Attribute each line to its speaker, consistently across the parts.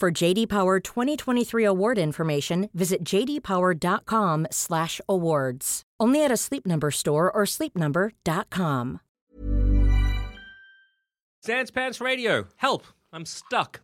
Speaker 1: For JD Power 2023 award information, visit jdpower.com/awards. Only at a Sleep Number store or sleepnumber.com.
Speaker 2: Sans Pants Radio, help, I'm stuck.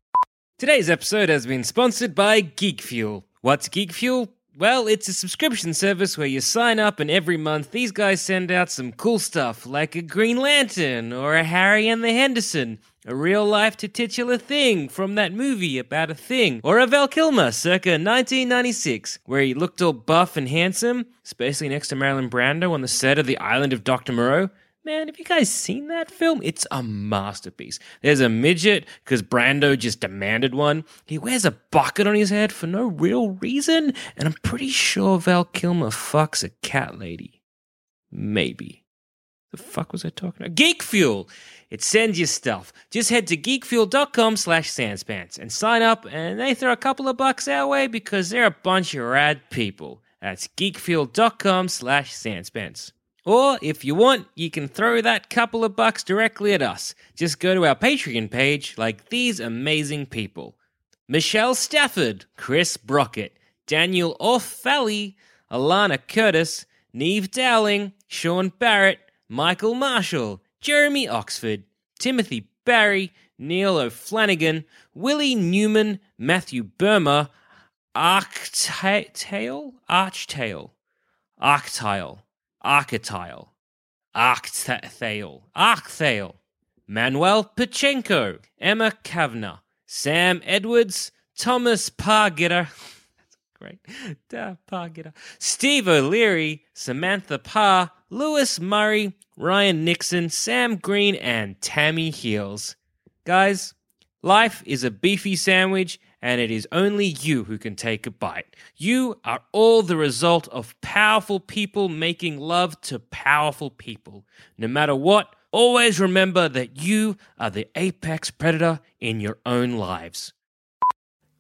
Speaker 2: Today's episode has been sponsored by Geek Fuel. What's Geek Fuel? Well, it's a subscription service where you sign up, and every month these guys send out some cool stuff like a Green Lantern or a Harry and the Henderson, a real life to titular thing from that movie about a thing, or a Val Kilmer circa 1996, where he looked all buff and handsome, especially next to Marilyn Brando on the set of The Island of Dr. Moreau. Man, have you guys seen that film? It's a masterpiece. There's a midget because Brando just demanded one. He wears a bucket on his head for no real reason, and I'm pretty sure Val Kilmer fucks a cat lady. Maybe. The fuck was I talking about? Geek Fuel! It sends you stuff. Just head to geekfuel.com slash sanspants and sign up, and they throw a couple of bucks our way because they're a bunch of rad people. That's geekfuel.com slash sanspants. Or if you want, you can throw that couple of bucks directly at us. Just go to our Patreon page like these amazing people. Michelle Stafford, Chris Brockett, Daniel Orfali, Alana Curtis, Neve Dowling, Sean Barrett, Michael Marshall, Jeremy Oxford, Timothy Barry, Neil O'Flanagan, Willie Newman, Matthew Burma, Arctale? Archtale. Arctile. Archetile. Arctale. Arctale. Manuel Pachenko, Emma Kavner, Sam Edwards, Thomas Pargitter. That's great. Da, Pargitter. Steve O'Leary, Samantha Parr, Lewis Murray, Ryan Nixon, Sam Green, and Tammy Heels. Guys, life is a beefy sandwich, and it is only you who can take a bite. You are all the result of powerful people making love to powerful people. No matter what, always remember that you are the apex predator in your own lives.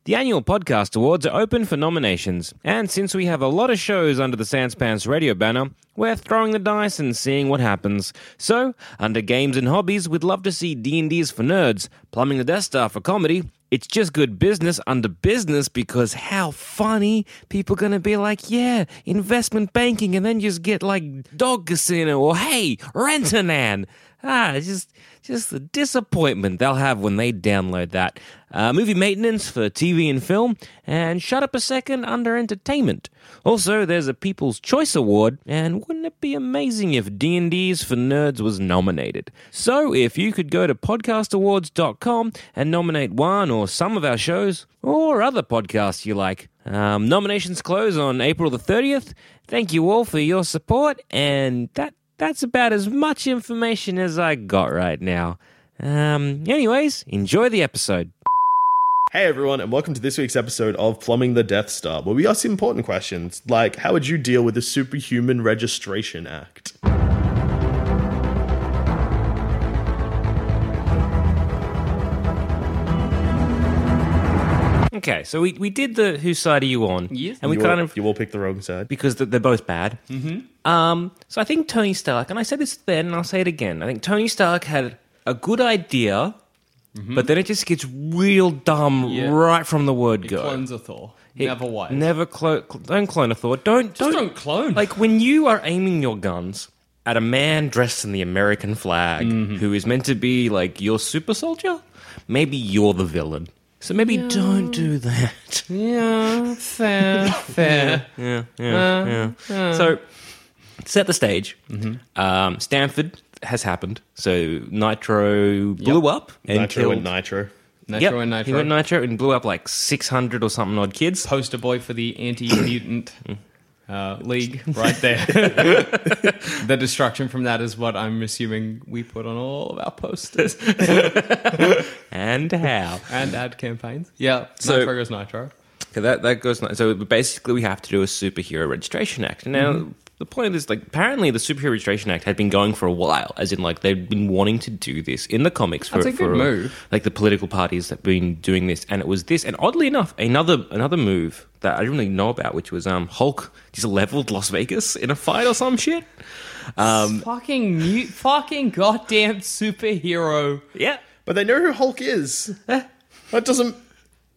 Speaker 2: The annual podcast awards are open for nominations, and since we have a lot of shows under the Sanspants radio banner, we're throwing the dice and seeing what happens. So, under games and hobbies, we'd love to see D&D's for nerds, plumbing the Death Star for comedy. It's just good business under business because how funny people gonna be like, yeah, investment banking, and then just get like dog casino or hey, Rentanan. Ah, it's just just the disappointment they'll have when they download that. Uh, movie maintenance for TV and film, and shut up a second under entertainment. Also, there's a People's Choice Award, and wouldn't it be amazing if D&D's for Nerds was nominated? So, if you could go to podcastawards.com and nominate one or some of our shows or other podcasts you like. Um, nominations close on April the 30th. Thank you all for your support, and that that's about as much information as I got right now. Um, anyways, enjoy the episode.
Speaker 3: Hey everyone, and welcome to this week's episode of Plumbing the Death Star, where we ask important questions like how would you deal with the Superhuman Registration Act?
Speaker 2: Okay, so we, we did the whose side are you on? Yes, and we
Speaker 3: you
Speaker 2: kind
Speaker 3: all,
Speaker 2: of
Speaker 3: you all picked the wrong side.
Speaker 2: because th- they're both bad. Mm-hmm. Um, so I think Tony Stark, and I said this then, and I'll say it again. I think Tony Stark had a good idea, but then it just gets real dumb
Speaker 4: Yeah.
Speaker 2: right from the word go.
Speaker 4: Clones a Thor.
Speaker 2: It-
Speaker 4: Never wife.
Speaker 2: Never clone. Cl- don't clone a Thor. Don't
Speaker 4: Just
Speaker 2: don't,
Speaker 4: don't clone.
Speaker 2: Like when you are aiming your guns at a man dressed in the American flag who is meant to be like your super soldier, maybe you're the villain. So maybe don't do that.
Speaker 4: Yeah, fair, fair.
Speaker 2: yeah, yeah, yeah. So set the stage. Um, Stanford has happened. So Nitro blew up and
Speaker 3: Nitro
Speaker 2: killed.
Speaker 3: and Nitro.
Speaker 4: Nitro
Speaker 2: Yep,
Speaker 4: and Nitro.
Speaker 2: He went Nitro and blew up like 600 or something odd kids.
Speaker 4: Poster boy for the anti-mutant
Speaker 2: Mm.
Speaker 4: uh, league, right there. the destruction from that is what I'm assuming we put on all of our posters
Speaker 2: And how?
Speaker 4: and ad campaigns. Yeah,
Speaker 2: So-
Speaker 4: Nitro goes Nitro.
Speaker 2: Okay, that that goes. So basically, we have to do a superhero registration act. Now,
Speaker 4: Mm-hmm.
Speaker 2: the point is, like, apparently, the superhero registration act had been going for a while, as in, like, they've been wanting to do this in the comics for
Speaker 4: That's a
Speaker 2: for
Speaker 4: good move.
Speaker 2: like the political parties that've been doing this, and it was this, and oddly enough, another another move that I didn't really know about, which was um Hulk just leveled Las Vegas in a fight or some shit. Um,
Speaker 4: fucking mute, fucking goddamn superhero.
Speaker 2: Yeah,
Speaker 3: But they know who Hulk is.
Speaker 2: Eh.
Speaker 3: that doesn't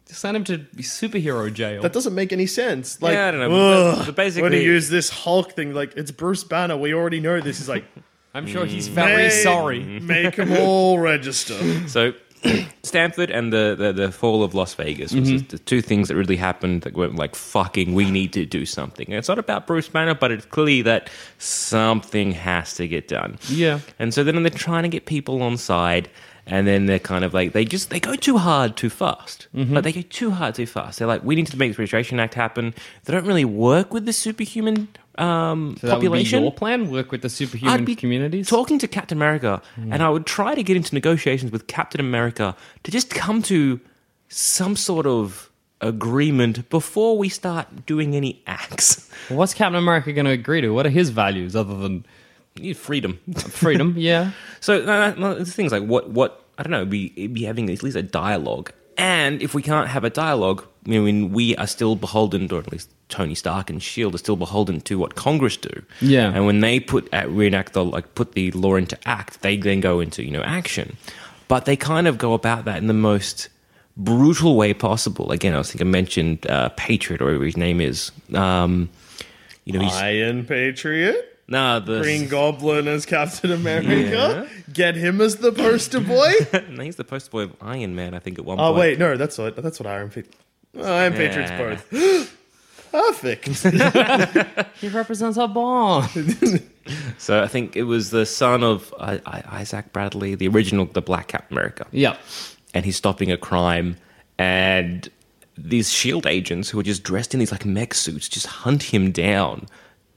Speaker 4: Send him to superhero jail.
Speaker 3: that doesn't make any sense. Like
Speaker 2: yeah, I don't know. but- but
Speaker 3: ugh, when you
Speaker 2: basically,
Speaker 3: use this Hulk thing, like it's Bruce Banner. We already know this. He's like
Speaker 4: I'm sure he's very
Speaker 3: "Hey,
Speaker 2: Mm-hmm.
Speaker 4: sorry.
Speaker 3: Make them all register.
Speaker 2: So Stanford and the, the, the fall of Las Vegas was
Speaker 4: Mm-hmm.
Speaker 2: just the two things that really happened that were like fucking we need to do something. And it's not about Bruce Banner, but it's clearly that something has to get done.
Speaker 4: Yeah.
Speaker 2: And so then they're trying to get people on side and then they're kind of like they just they go too hard too fast.
Speaker 4: Mm-hmm.
Speaker 2: Like they go too hard too fast. They're like, we need to make the registration act happen. They don't really work with the superhuman um
Speaker 4: So that
Speaker 2: population.
Speaker 4: would be your plan. Work with the superhuman communities.
Speaker 2: Talking to Captain America, and I would try to get into negotiations with Captain America to just come to some sort of agreement before we start doing any acts.
Speaker 4: Well, What's Captain America going to agree to? What are his values other than
Speaker 2: You need freedom.
Speaker 4: freedom? yeah.
Speaker 2: so no, no, no, the things like what what I don't know. We it'd be having at least a dialogue, and if we can't have a dialogue, I mean, we are still beholden, or at least Tony Stark and Shield E are still beholden to what Congress do.
Speaker 4: Yeah.
Speaker 2: and when they put at reenact the like put the law into act, they then go into you know action, but they kind of go about that in the most brutal way possible. Again, I was thinking I mentioned uh, Patriot or whatever his name is. Um, you know, he's,
Speaker 3: Iron Patriot.
Speaker 2: nah, the
Speaker 3: Green Goblin as Captain America. Get him as the poster boy.
Speaker 2: no, he's the poster boy of Iron Man. I think at one
Speaker 3: oh
Speaker 2: point.
Speaker 3: wait, no, that's what that's what Iron Patriot. Iron
Speaker 2: Yeah.
Speaker 3: Patriot's both. Perfect.
Speaker 4: He represents our bond.
Speaker 2: So I think it was the son of uh, I- Isaac Bradley, the original, the Black Captain America.
Speaker 4: yep.
Speaker 2: And he's stopping a crime, and these shield E agents who are just dressed in these like mech suits just hunt him down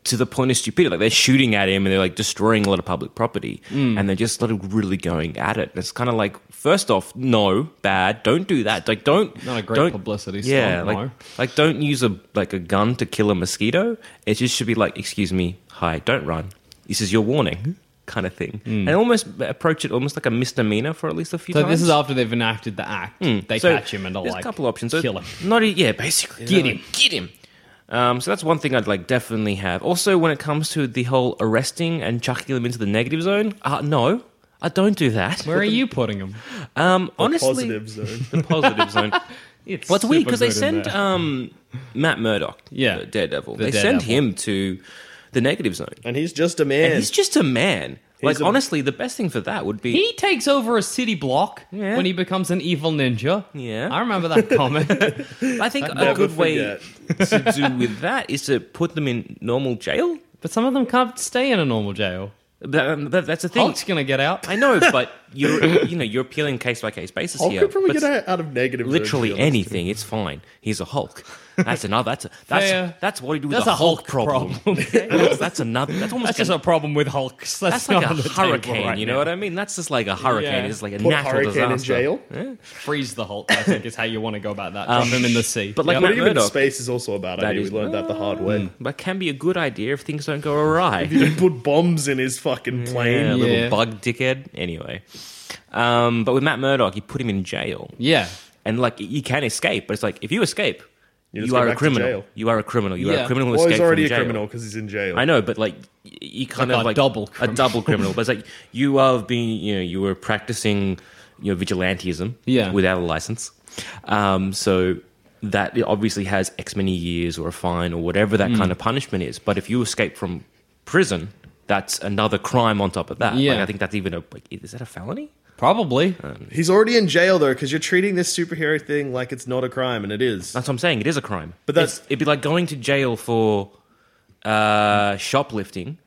Speaker 2: to the point of stupidity. Like they're shooting at him and they're like destroying a lot of public property,
Speaker 4: Hmm.
Speaker 2: and they're just sort of really going at it. And it's kind of like, first off, no, bad, don't do that. Like don't
Speaker 4: Not a great
Speaker 2: don't-
Speaker 4: publicity
Speaker 2: Yeah,
Speaker 4: stunt,
Speaker 2: like
Speaker 4: no.
Speaker 2: like don't use a like a gun to kill a mosquito. It just should be like, excuse me, hi, don't run. This is your warning, kind of thing, and almost approach it almost like a misdemeanor for at least a few.
Speaker 4: Hmm. So
Speaker 2: times.
Speaker 4: this is after they've enacted the act. They
Speaker 2: Hmm. So
Speaker 4: catch him and are
Speaker 2: there's
Speaker 4: like,
Speaker 2: a couple options. So
Speaker 4: kill him.
Speaker 2: Not e- yeah, basically
Speaker 4: Get
Speaker 2: They're
Speaker 4: him.
Speaker 2: like, get him. Um, so that's one thing I'd like definitely have. Also, when it comes to the whole arresting and chucking them into the negative zone, uh, no, I don't do that.
Speaker 4: Where are you putting him?
Speaker 2: Um, honestly,
Speaker 3: Positive zone.
Speaker 2: the positive zone.
Speaker 4: It's
Speaker 2: Well, it's weird because they
Speaker 4: super good in
Speaker 2: send
Speaker 4: there.
Speaker 2: um, Matt Murdock,
Speaker 4: Yeah.
Speaker 2: the Daredevil.
Speaker 4: The
Speaker 2: they send
Speaker 4: Daredevil.
Speaker 2: him to the negative zone,
Speaker 3: And he's just a
Speaker 2: and
Speaker 3: man.
Speaker 2: he's just a man. Like
Speaker 3: a-
Speaker 2: honestly, the best thing for that would be
Speaker 4: He takes over a city block
Speaker 2: Yeah.
Speaker 4: when he becomes an evil ninja.
Speaker 2: Yeah.
Speaker 4: I remember that comment.
Speaker 2: I think a
Speaker 3: Never
Speaker 2: good way
Speaker 3: forget.
Speaker 2: to do with that is to put them in normal jail.
Speaker 4: but some of them can't stay in a normal jail. um,
Speaker 2: That, that, that's the thing.
Speaker 4: Hulk's gonna get out.
Speaker 2: I know, but you're you know you're appealing case by case basis
Speaker 3: Hulk
Speaker 2: here.
Speaker 3: Oh, could probably
Speaker 2: but
Speaker 3: get out- out of negative. zone, to be
Speaker 2: literally
Speaker 3: honest.
Speaker 2: anything, it's fine. He's a Hulk. That's another. That's a, that's
Speaker 4: Fair.
Speaker 2: that's what you do with
Speaker 4: That's
Speaker 2: a
Speaker 4: a
Speaker 2: Hulk,
Speaker 4: Hulk
Speaker 2: problem. okay? that's, that's another. That's almost
Speaker 4: That's just
Speaker 2: like
Speaker 4: a problem with Hulks.
Speaker 2: that's
Speaker 4: That's,
Speaker 2: like
Speaker 4: not
Speaker 2: a
Speaker 4: on the
Speaker 2: hurricane.
Speaker 4: Table right
Speaker 2: you know
Speaker 4: now.
Speaker 2: what I mean? That's just like a hurricane.
Speaker 4: Yeah.
Speaker 2: It's like a
Speaker 3: Put
Speaker 2: natural
Speaker 3: Hurricane
Speaker 2: disaster.
Speaker 3: in jail.
Speaker 4: Freeze the Hulk. I think is how you want to go about that. Drop him in the sea.
Speaker 2: but like
Speaker 4: Yep.
Speaker 2: Matt
Speaker 3: But even
Speaker 2: Murdock.
Speaker 3: space is also a bad idea.
Speaker 2: is- Mm.
Speaker 3: we learned that the hard way.
Speaker 2: But can be a good idea if things don't go awry.
Speaker 3: He put bombs in his fucking
Speaker 2: Yeah,
Speaker 3: plane.
Speaker 2: little
Speaker 4: Yeah.
Speaker 2: bug dickhead. Anyway, um, but with Matt Murdock, you put him in jail.
Speaker 4: yeah,
Speaker 2: and like you can escape, but it's like if you escape, you,
Speaker 3: just go
Speaker 2: are a
Speaker 3: back to
Speaker 2: criminal.
Speaker 3: jail.
Speaker 2: You are a criminal. You are a
Speaker 4: Yeah.
Speaker 2: criminal. who
Speaker 3: Well, he's
Speaker 2: escaped
Speaker 3: already
Speaker 2: from
Speaker 3: a
Speaker 2: jail.
Speaker 3: criminal because he's in jail.
Speaker 2: I know, but like y- you kind
Speaker 4: Like
Speaker 2: of
Speaker 4: a
Speaker 2: like
Speaker 4: double
Speaker 2: a
Speaker 4: criminal.
Speaker 2: double criminal. But it's like you have been, you know, you were practicing, you know, vigilantism,
Speaker 4: Yeah.
Speaker 2: without a license. Um, so that it obviously has X many years or a fine or whatever that
Speaker 4: Mm.
Speaker 2: kind of punishment is. But if you escape from prison, that's another crime on top of that. Like,
Speaker 4: Yeah.
Speaker 2: I think that's even a. Like, is that a felony?
Speaker 4: Probably.
Speaker 3: He's already in jail though, because you're treating this superhero thing like it's not a crime, and it is.
Speaker 2: That's what I'm saying. It is a crime.
Speaker 3: But that's-
Speaker 2: It's- it'd be like going to jail for uh, shoplifting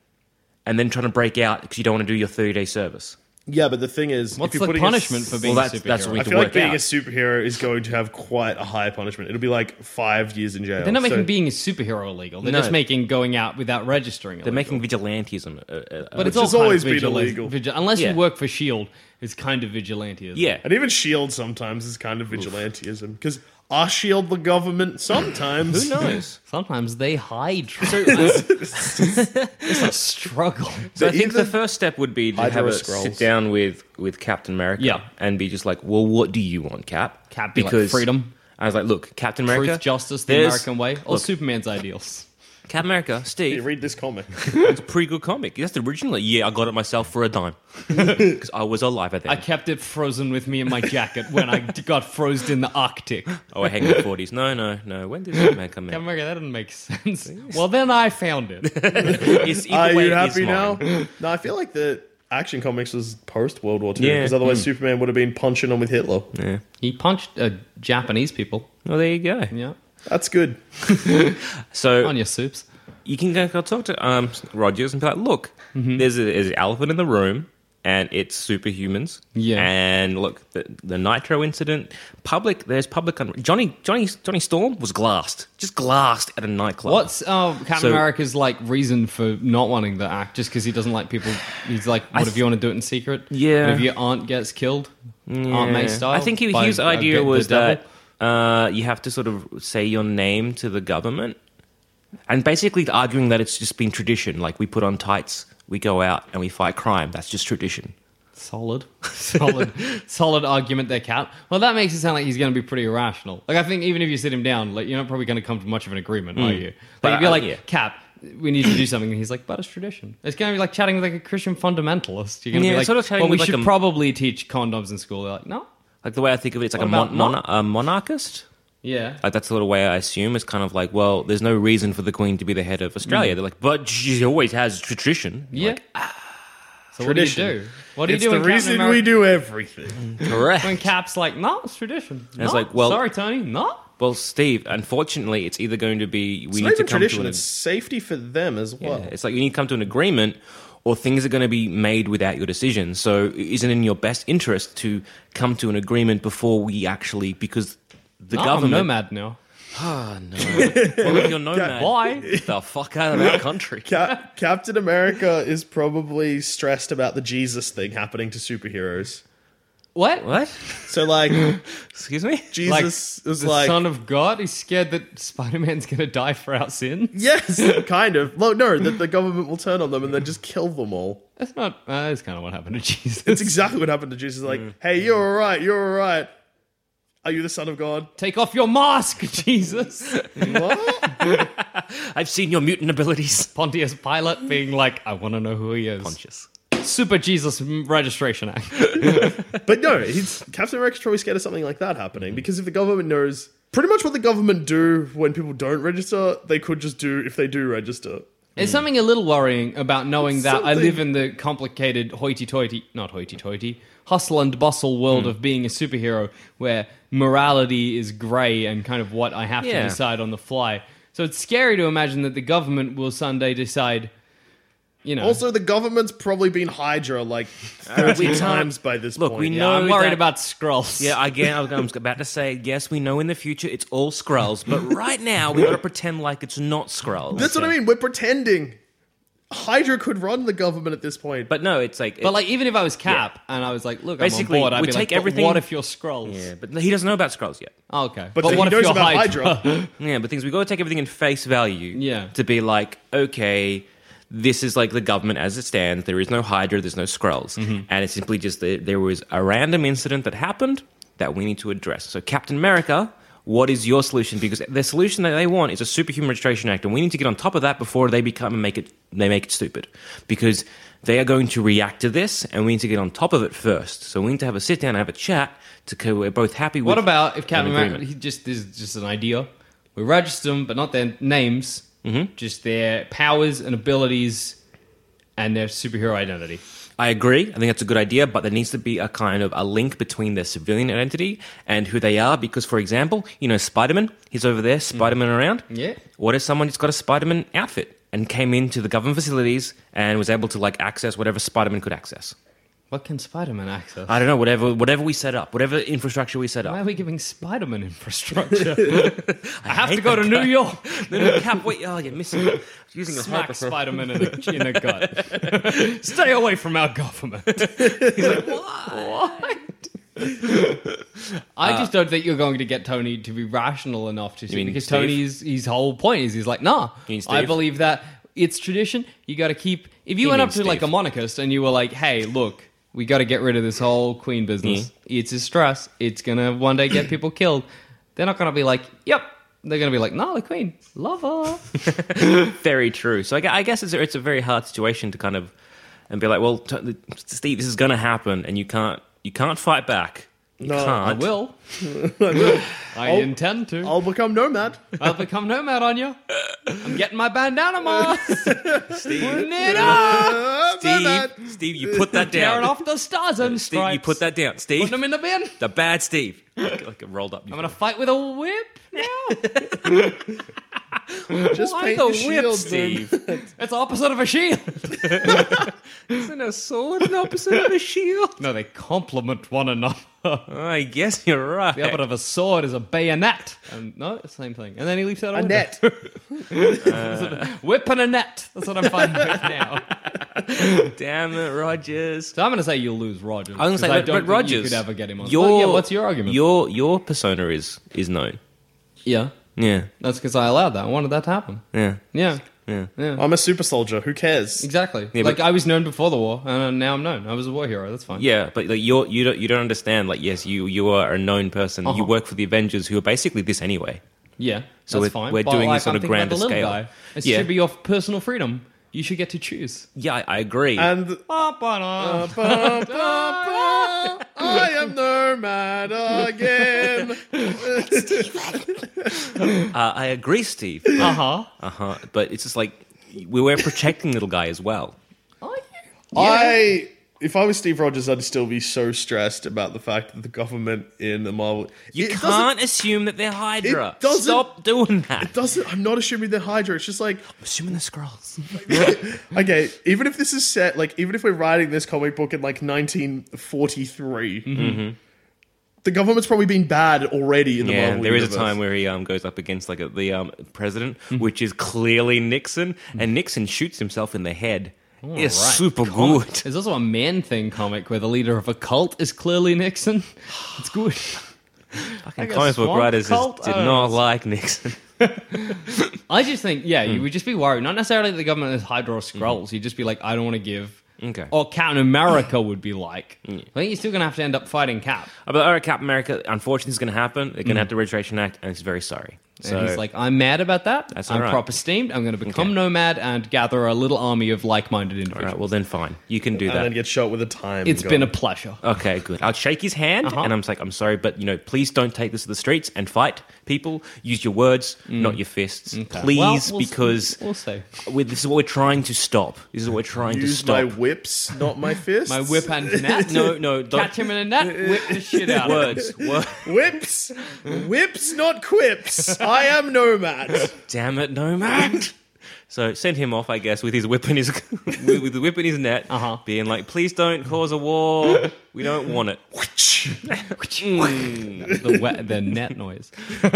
Speaker 2: and then trying to break out because you don't want to do your 30 day service.
Speaker 3: Yeah, but the thing is,
Speaker 4: What's
Speaker 3: if
Speaker 4: the
Speaker 3: you're putting
Speaker 4: punishment
Speaker 3: a,
Speaker 4: for being
Speaker 2: Well,
Speaker 4: a
Speaker 2: that's-
Speaker 4: superhero?
Speaker 2: that's what we
Speaker 3: I
Speaker 2: to
Speaker 3: feel like
Speaker 2: work
Speaker 3: being
Speaker 2: out?
Speaker 3: a superhero is going to have quite a high punishment. It'll be like five years in jail.
Speaker 4: They're not making
Speaker 3: So-
Speaker 4: being a superhero illegal. They're
Speaker 2: No.
Speaker 4: just making going out without registering illegal.
Speaker 2: They're making vigilantism. uh, Uh, uh,
Speaker 4: but it's
Speaker 3: Which
Speaker 4: all
Speaker 3: has
Speaker 4: kind
Speaker 3: always
Speaker 4: of
Speaker 3: been
Speaker 4: vigila-
Speaker 3: illegal.
Speaker 4: vigil- unless
Speaker 2: Yeah.
Speaker 4: you work for Shield, E it's kind of vigilantism.
Speaker 2: yeah.
Speaker 3: and even Shield E sometimes is kind of vigilantism because our Shield E the government sometimes.
Speaker 2: Who knows?
Speaker 4: Sometimes they hide. it's a struggle.
Speaker 2: So I think
Speaker 3: either-
Speaker 2: the first step would be to
Speaker 3: Hydra
Speaker 2: have a
Speaker 3: Skrulls.
Speaker 2: sit down with, with Captain America
Speaker 4: Yeah.
Speaker 2: and be just like, well, what do you want, Cap?
Speaker 4: Cap be like, freedom.
Speaker 2: I was like, look, Captain America.
Speaker 4: Truth, justice, the
Speaker 2: there's-
Speaker 4: American way, or
Speaker 2: look,
Speaker 4: Superman's ideals.
Speaker 2: Captain America,
Speaker 3: You
Speaker 2: Steve,
Speaker 3: read this comic.
Speaker 2: it's a pretty good comic. That's the original. Like, yeah, I got it myself for a dime because I was alive at that.
Speaker 4: I kept it frozen with me in my jacket when I d- got frozen in the Arctic.
Speaker 2: Oh, I hang in the 40s. No, no, no. When did Superman come in?
Speaker 4: America, that doesn't make sense. Well, then I found it.
Speaker 2: It's either
Speaker 3: Are
Speaker 2: way,
Speaker 3: you
Speaker 2: it is
Speaker 3: happy now?
Speaker 2: mine.
Speaker 3: no, I feel like the Action Comics was post World War Two
Speaker 2: Yeah. Hmm.
Speaker 3: because otherwise Superman would have been punching on with Hitler.
Speaker 4: He punched uh, Japanese people.
Speaker 2: Well, there you go.
Speaker 4: Yeah,
Speaker 3: That's good.
Speaker 2: So
Speaker 4: on your soups.
Speaker 2: you can go, go talk to um, Rogers and be like, look,
Speaker 4: Mm-hmm.
Speaker 2: there's, a, there's an elephant in the room, and it's superhumans.
Speaker 4: Yeah.
Speaker 2: And look, the, the nitro incident, public, there's public. unre Johnny, Johnny, Johnny Storm was glassed, just glassed at a nightclub.
Speaker 4: What's uh, Captain
Speaker 2: So-
Speaker 4: America's like reason for not wanting to act? Just because he doesn't like people? He's like, what if
Speaker 2: th-
Speaker 4: you want to do it in secret?
Speaker 2: Yeah.
Speaker 4: What if your aunt gets killed? Aunt May
Speaker 2: Yeah.
Speaker 4: style.
Speaker 2: I think he,
Speaker 4: by
Speaker 2: his
Speaker 4: a-
Speaker 2: idea
Speaker 4: the
Speaker 2: was
Speaker 4: devil?
Speaker 2: that uh, you have to sort of say your name to the government, and basically arguing that it's just been tradition. Like we put on tights, we go out and we fight crime. That's just tradition.
Speaker 4: solid, solid, solid argument there, Cat. Well, that makes it sound like he's going to be pretty irrational. Like I think even if you sit him down, like you're not probably going to come to much of an agreement, are you? Like,
Speaker 2: But,
Speaker 4: you'd be
Speaker 2: uh,
Speaker 4: like,
Speaker 2: yeah.
Speaker 4: Cap, we need to do something, and he's like, but it's tradition. It's going to be like chatting with like a Christian fundamentalist. You're going to
Speaker 2: Yeah, it's
Speaker 4: be like,
Speaker 2: sort of chatting
Speaker 4: well, we
Speaker 2: with, like,
Speaker 4: should
Speaker 2: a-
Speaker 4: probably teach condoms in school. They're like, no,
Speaker 2: Like the way I think of it, it's like a,
Speaker 4: What
Speaker 2: mon-
Speaker 4: about
Speaker 2: mon- a monarchist.
Speaker 4: yeah.
Speaker 2: Like that's the little way I assume. It's kind of like, well, there's no reason for the queen to be the head of Australia. They're like, but she always has tradition. You're
Speaker 4: Yeah.
Speaker 2: like,
Speaker 4: ah. so
Speaker 3: Tradition.
Speaker 4: what do you do? What do
Speaker 3: It's
Speaker 4: you do
Speaker 3: the
Speaker 4: when Captain
Speaker 3: reason
Speaker 4: America-
Speaker 3: we do everything.
Speaker 2: correct.
Speaker 4: when Cap's like, no, it's tradition. No,
Speaker 2: it's like, well-
Speaker 4: sorry, Tony, no.
Speaker 2: well, Steve, unfortunately, it's either going to be we
Speaker 3: It's
Speaker 2: need
Speaker 3: not
Speaker 2: to
Speaker 3: even
Speaker 2: come to
Speaker 3: tradition.
Speaker 2: an
Speaker 3: It's safety for them as well.
Speaker 2: Yeah, it's like you need to come to an agreement or things are going to be made without your decision. So it isn't in your best interest to come to an agreement before we actually because the
Speaker 4: No, I'm
Speaker 2: government
Speaker 4: nomad now.
Speaker 2: Well, if you're nomad,
Speaker 4: Why?
Speaker 2: get the fuck out of our country.
Speaker 3: Cap- Captain America is probably stressed about the Jesus thing happening to superheroes.
Speaker 4: What?
Speaker 2: What?
Speaker 3: So like
Speaker 2: Excuse me?
Speaker 3: Jesus was
Speaker 4: the
Speaker 3: like
Speaker 4: son of God. He's scared that Spider Man's going to die for our sins.
Speaker 3: yes, kind of. No, no, that the government will turn on them and then just kill them all.
Speaker 4: That's not. Uh, that's kind of what happened to Jesus.
Speaker 3: It's exactly what happened to Jesus. Like, hey, you're all right, you're all right. Are you the son of God?
Speaker 4: Take off your mask, Jesus.
Speaker 3: What?
Speaker 2: I've seen your mutant abilities.
Speaker 4: Pontius Pilate being like, I want to know who he is.
Speaker 2: Conscious.
Speaker 4: Super Jesus M- Registration Act.
Speaker 3: but no, he's, Captain America's probably scared of something like that happening because if the government knows pretty much what the government do when people don't register, they could just do if they do register.
Speaker 2: Hmm.
Speaker 4: There's something a little worrying about knowing that I
Speaker 3: something-
Speaker 4: live in the complicated hoity-toity, not hoity-toity, hustle and bustle
Speaker 2: Hmm.
Speaker 4: world of being a superhero, where morality is grey and kind of what I have
Speaker 2: Yeah.
Speaker 4: to decide on the fly. So it's scary to imagine that the government will someday decide, you know.
Speaker 3: Also, the government's probably been Hydra like
Speaker 2: we
Speaker 3: thirty
Speaker 2: can't-
Speaker 3: times by this
Speaker 2: Look,
Speaker 3: point.
Speaker 2: we
Speaker 4: Yeah, I'm
Speaker 2: know
Speaker 4: worried
Speaker 2: that-
Speaker 4: about Skrulls.
Speaker 2: Yeah, again, I was- I was about to say, yes, we know in the future it's all Skrulls, but right now we got to pretend like it's not Skrulls.
Speaker 3: That's what I mean. We're pretending. Hydra could run the government at this point.
Speaker 2: But no, it's like.
Speaker 4: But like, even if I was Cap and I was like, "Look,
Speaker 2: Basically,
Speaker 4: I'm on board," I'd
Speaker 2: we
Speaker 4: be
Speaker 2: take
Speaker 4: like, "But
Speaker 2: everything-
Speaker 4: What if you're Skrulls?
Speaker 2: yeah, but he doesn't know about Skrulls yet.
Speaker 4: Oh, okay,
Speaker 3: but, he
Speaker 4: what
Speaker 3: knows
Speaker 4: if you're
Speaker 3: about
Speaker 4: Hydra?
Speaker 3: Hydra.
Speaker 2: Yeah, but things we got to take everything in face value.
Speaker 4: Yeah.
Speaker 2: To be like, okay, this is like the government as it stands. There is no Hydra. There's no Skrulls,
Speaker 4: Mm-hmm.
Speaker 2: and it's simply just that there was a random incident that happened that we need to address. So, Captain America. What is your solution? Because the solution that they want is a superhuman registration act, and we need to get on top of that before they become and make it they make it stupid. Because they are going to react to this, and we need to get on top of it first. So we need to have a sit down and have a chat to co- we're both happy.
Speaker 4: What
Speaker 2: with
Speaker 4: about if
Speaker 2: an
Speaker 4: Captain America?
Speaker 2: agreement.
Speaker 4: He just this is just an idea. We register them, but not their names,
Speaker 2: Mm-hmm.
Speaker 4: just their powers and abilities, and their superhero identity.
Speaker 2: I agree. I think that's a good idea, but there needs to be a kind of a link between their civilian identity and who they are. Because, for example, you know, Spider Man, he's over there, Spider Man around.
Speaker 4: Mm. Yeah.
Speaker 2: What if someone just got a Spider Man outfit and came into the government facilities and was able to like access whatever Spider Man could access?
Speaker 4: What can Spider Man access?
Speaker 2: I don't know, whatever whatever we set up, whatever infrastructure we set
Speaker 4: Why
Speaker 2: up.
Speaker 4: are we giving Spider Man infrastructure? I have to go to New York.
Speaker 2: Little cap, wait, oh, you're missing it. Using a
Speaker 4: Smack
Speaker 2: hyper.
Speaker 4: Spider Man in, the- in the gut. Stay away from our government. He's like, what? I just don't think you're going to get Tony to be rational enough to see
Speaker 2: Uh, mean
Speaker 4: because
Speaker 2: Steve?
Speaker 4: Tony's his whole point is he's like, nah,
Speaker 2: mean
Speaker 4: I
Speaker 2: Steve?
Speaker 4: believe that it's tradition. You got to keep. If you went
Speaker 2: mean
Speaker 4: up to like a
Speaker 2: Steve.
Speaker 4: monarchist and you were like, hey, look, we got to get rid of this whole queen
Speaker 2: Hmm?
Speaker 4: business. It's a stress. It's gonna one day get people killed. They're not gonna be like, yep. They're gonna be like, nah, the queen, love her.
Speaker 2: Very true. So I, gu- I guess it's a, it's a very hard situation to kind of and be like, well, t- Steve, this is going to happen, and you can't you can't fight back. You
Speaker 3: No, I
Speaker 2: can't.
Speaker 4: I will. I intend to. I'll,
Speaker 3: I'll become nomad.
Speaker 4: become nomad on you. I'm getting my bandana mask. Putting it up.
Speaker 3: Uh, nomad.
Speaker 2: Steve, Steve, you put that down.
Speaker 4: Tearing off the stars and
Speaker 2: Steve,
Speaker 4: stripes.
Speaker 2: you put that down. Steve,
Speaker 4: Putting them in the bin.
Speaker 2: the bad Steve, like, like a rolled up.
Speaker 4: I'm gonna fight with a whip now.
Speaker 3: Just
Speaker 4: Why
Speaker 3: paint the,
Speaker 4: the whip,
Speaker 3: shield, dude.
Speaker 2: Steve.
Speaker 4: It's the opposite of a shield.
Speaker 2: Isn't a sword an opposite of a shield?
Speaker 4: No, they complement one another. The
Speaker 2: I guess you're right.
Speaker 4: opposite of a sword is a bayonet. And no, it's the same thing. And then he leaves out a,
Speaker 3: A
Speaker 4: window.
Speaker 3: net.
Speaker 4: Whip and a net. That's what I'm fighting with now.
Speaker 2: Damn it, Rogers.
Speaker 4: So I'm gonna say you'll lose Rogers.
Speaker 2: I was gonna
Speaker 4: 'cause
Speaker 2: say, but,
Speaker 4: don't
Speaker 2: but
Speaker 4: think
Speaker 2: Rogers,
Speaker 4: you could ever get him on.
Speaker 2: Your,
Speaker 4: Well, yeah, what's your argument?
Speaker 2: Your your persona is is known.
Speaker 4: yeah,
Speaker 2: Yeah,
Speaker 4: that's because I allowed that. I wanted that to happen.
Speaker 2: yeah,
Speaker 4: Yeah.
Speaker 2: yeah.
Speaker 3: I'm a super soldier. Who cares?
Speaker 4: Exactly.
Speaker 2: Yeah,
Speaker 4: like
Speaker 2: but-
Speaker 4: I was known before the war, and uh, now I'm known. I was a war hero. That's fine.
Speaker 2: Yeah, but like you're you don't you don't understand. Like, yes, you you are a known person.
Speaker 4: Uh-huh.
Speaker 2: You work for the Avengers, who are basically this anyway.
Speaker 4: yeah.
Speaker 2: So
Speaker 4: that's
Speaker 2: we're-
Speaker 4: fine.
Speaker 2: we're
Speaker 4: But,
Speaker 2: doing
Speaker 4: like,
Speaker 2: this on
Speaker 4: I'm
Speaker 2: a
Speaker 4: thinking about
Speaker 2: grander
Speaker 4: the little
Speaker 2: scale.
Speaker 4: guy. It
Speaker 2: Yeah.
Speaker 4: should be your personal freedom. You should get to choose.
Speaker 2: Yeah, I, I agree.
Speaker 3: And
Speaker 4: Ba-ba-da.
Speaker 3: I am nomad again.
Speaker 2: uh, I agree, Steve. But,
Speaker 4: Uh-huh.
Speaker 2: uh, but it's just like we were protecting little guy as well.
Speaker 4: Are you?
Speaker 3: I, if I was Steve Rogers, I'd still be so stressed about the fact that the government in the Marvel
Speaker 2: You
Speaker 3: It doesn't-
Speaker 2: can't assume that they're Hydra.
Speaker 3: It doesn't-
Speaker 2: Stop doing that.
Speaker 3: Doesn't I'm not assuming they're Hydra. It's just like
Speaker 2: assuming the scrolls.
Speaker 3: okay, even if this is set, like even if we're writing this comic book in like 1943, the government's probably been bad already in the
Speaker 2: Mm-hmm. Yeah,
Speaker 3: Marvel.
Speaker 2: there is
Speaker 3: universe.
Speaker 2: a time where he um, goes up against like a, the um, president, which is clearly Nixon, and Nixon shoots himself in the head. it's
Speaker 4: All right.
Speaker 2: super
Speaker 4: Comic.
Speaker 2: good.
Speaker 4: There's also a man thing comic where the leader of a cult is clearly Nixon. It's good.
Speaker 2: Fucking
Speaker 4: a
Speaker 2: comic book
Speaker 4: swamp
Speaker 2: writers is-
Speaker 4: cult?
Speaker 2: did
Speaker 4: I don't
Speaker 2: not
Speaker 3: Oh.
Speaker 4: know.
Speaker 2: like Nixon.
Speaker 4: I just think, yeah,
Speaker 2: Hmm.
Speaker 4: you would just be worried. Not necessarily that the government is Hydra or Skrulls. You'd just be like, I don't want to give.
Speaker 2: Okay. Hmm.
Speaker 4: Or Captain America would be like. I think you're still going to have to end up fighting Cap.
Speaker 2: But all right, Captain America, unfortunately, is going to happen. They're going to have the Registration Act, and he's very sorry. So
Speaker 4: and he's like, I'm mad about that.
Speaker 2: That's
Speaker 4: I'm
Speaker 2: all right.
Speaker 4: prop esteemed. I'm going to become
Speaker 2: Okay.
Speaker 4: nomad and gather a little army of like minded
Speaker 2: all
Speaker 4: individuals.
Speaker 2: right, well then, fine, you can do
Speaker 3: and
Speaker 2: that.
Speaker 3: then get shot with a time.
Speaker 4: It's
Speaker 3: gun.
Speaker 4: been a pleasure.
Speaker 2: Okay, good. I'll shake his hand and I'm just like, I'm sorry, but you know, please don't take this to the streets and fight people. Use your words, not your fists, please,
Speaker 4: Well, we'll s-
Speaker 2: because
Speaker 4: we'll see.
Speaker 2: we- this is what we're trying to stop. This is what we're trying to
Speaker 3: use
Speaker 2: stop.
Speaker 3: my whips, not my fists.
Speaker 4: My whip and net.
Speaker 2: No, no, don't-
Speaker 4: Catch him in a net, whip the shit out of him.
Speaker 2: words. Wor-
Speaker 3: whips, whips, not quips. I am nomad.
Speaker 2: Damn it, Nomad. So send him off, I guess, with his whip in his with, with the whip in his net,
Speaker 4: Uh-huh.
Speaker 2: being like, "Please don't cause a war. We don't want it." Mm.
Speaker 4: The, wet, the net noise.
Speaker 2: All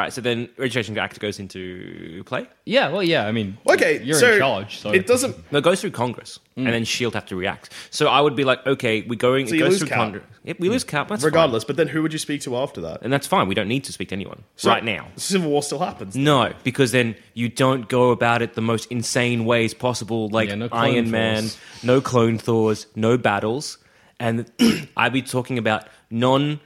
Speaker 2: right. So then, registration act goes into play.
Speaker 4: Yeah, well, yeah, I mean,
Speaker 3: Okay,
Speaker 4: you're
Speaker 3: so
Speaker 4: in charge. So
Speaker 3: It doesn't.
Speaker 2: No, it goes through Congress, and then Shield E have to react. So I would be like, okay, we're going.
Speaker 3: Mm. So
Speaker 2: it
Speaker 3: you
Speaker 2: goes
Speaker 3: lose Mm.
Speaker 2: through
Speaker 3: Cap.
Speaker 2: Congress. Yep, we lose Cap. That's
Speaker 3: Regardless, but then who would you speak to after
Speaker 2: fine.
Speaker 3: that?
Speaker 2: and that's fine. We don't need to speak to anyone
Speaker 3: So,
Speaker 2: right now.
Speaker 3: Civil War still happens.
Speaker 2: No, because then you don't go about it the most insane ways possible, like
Speaker 4: Yeah, no clone
Speaker 2: Iron Man,
Speaker 4: Thors.
Speaker 2: no clone Thors, no battles, and I'd be talking about non.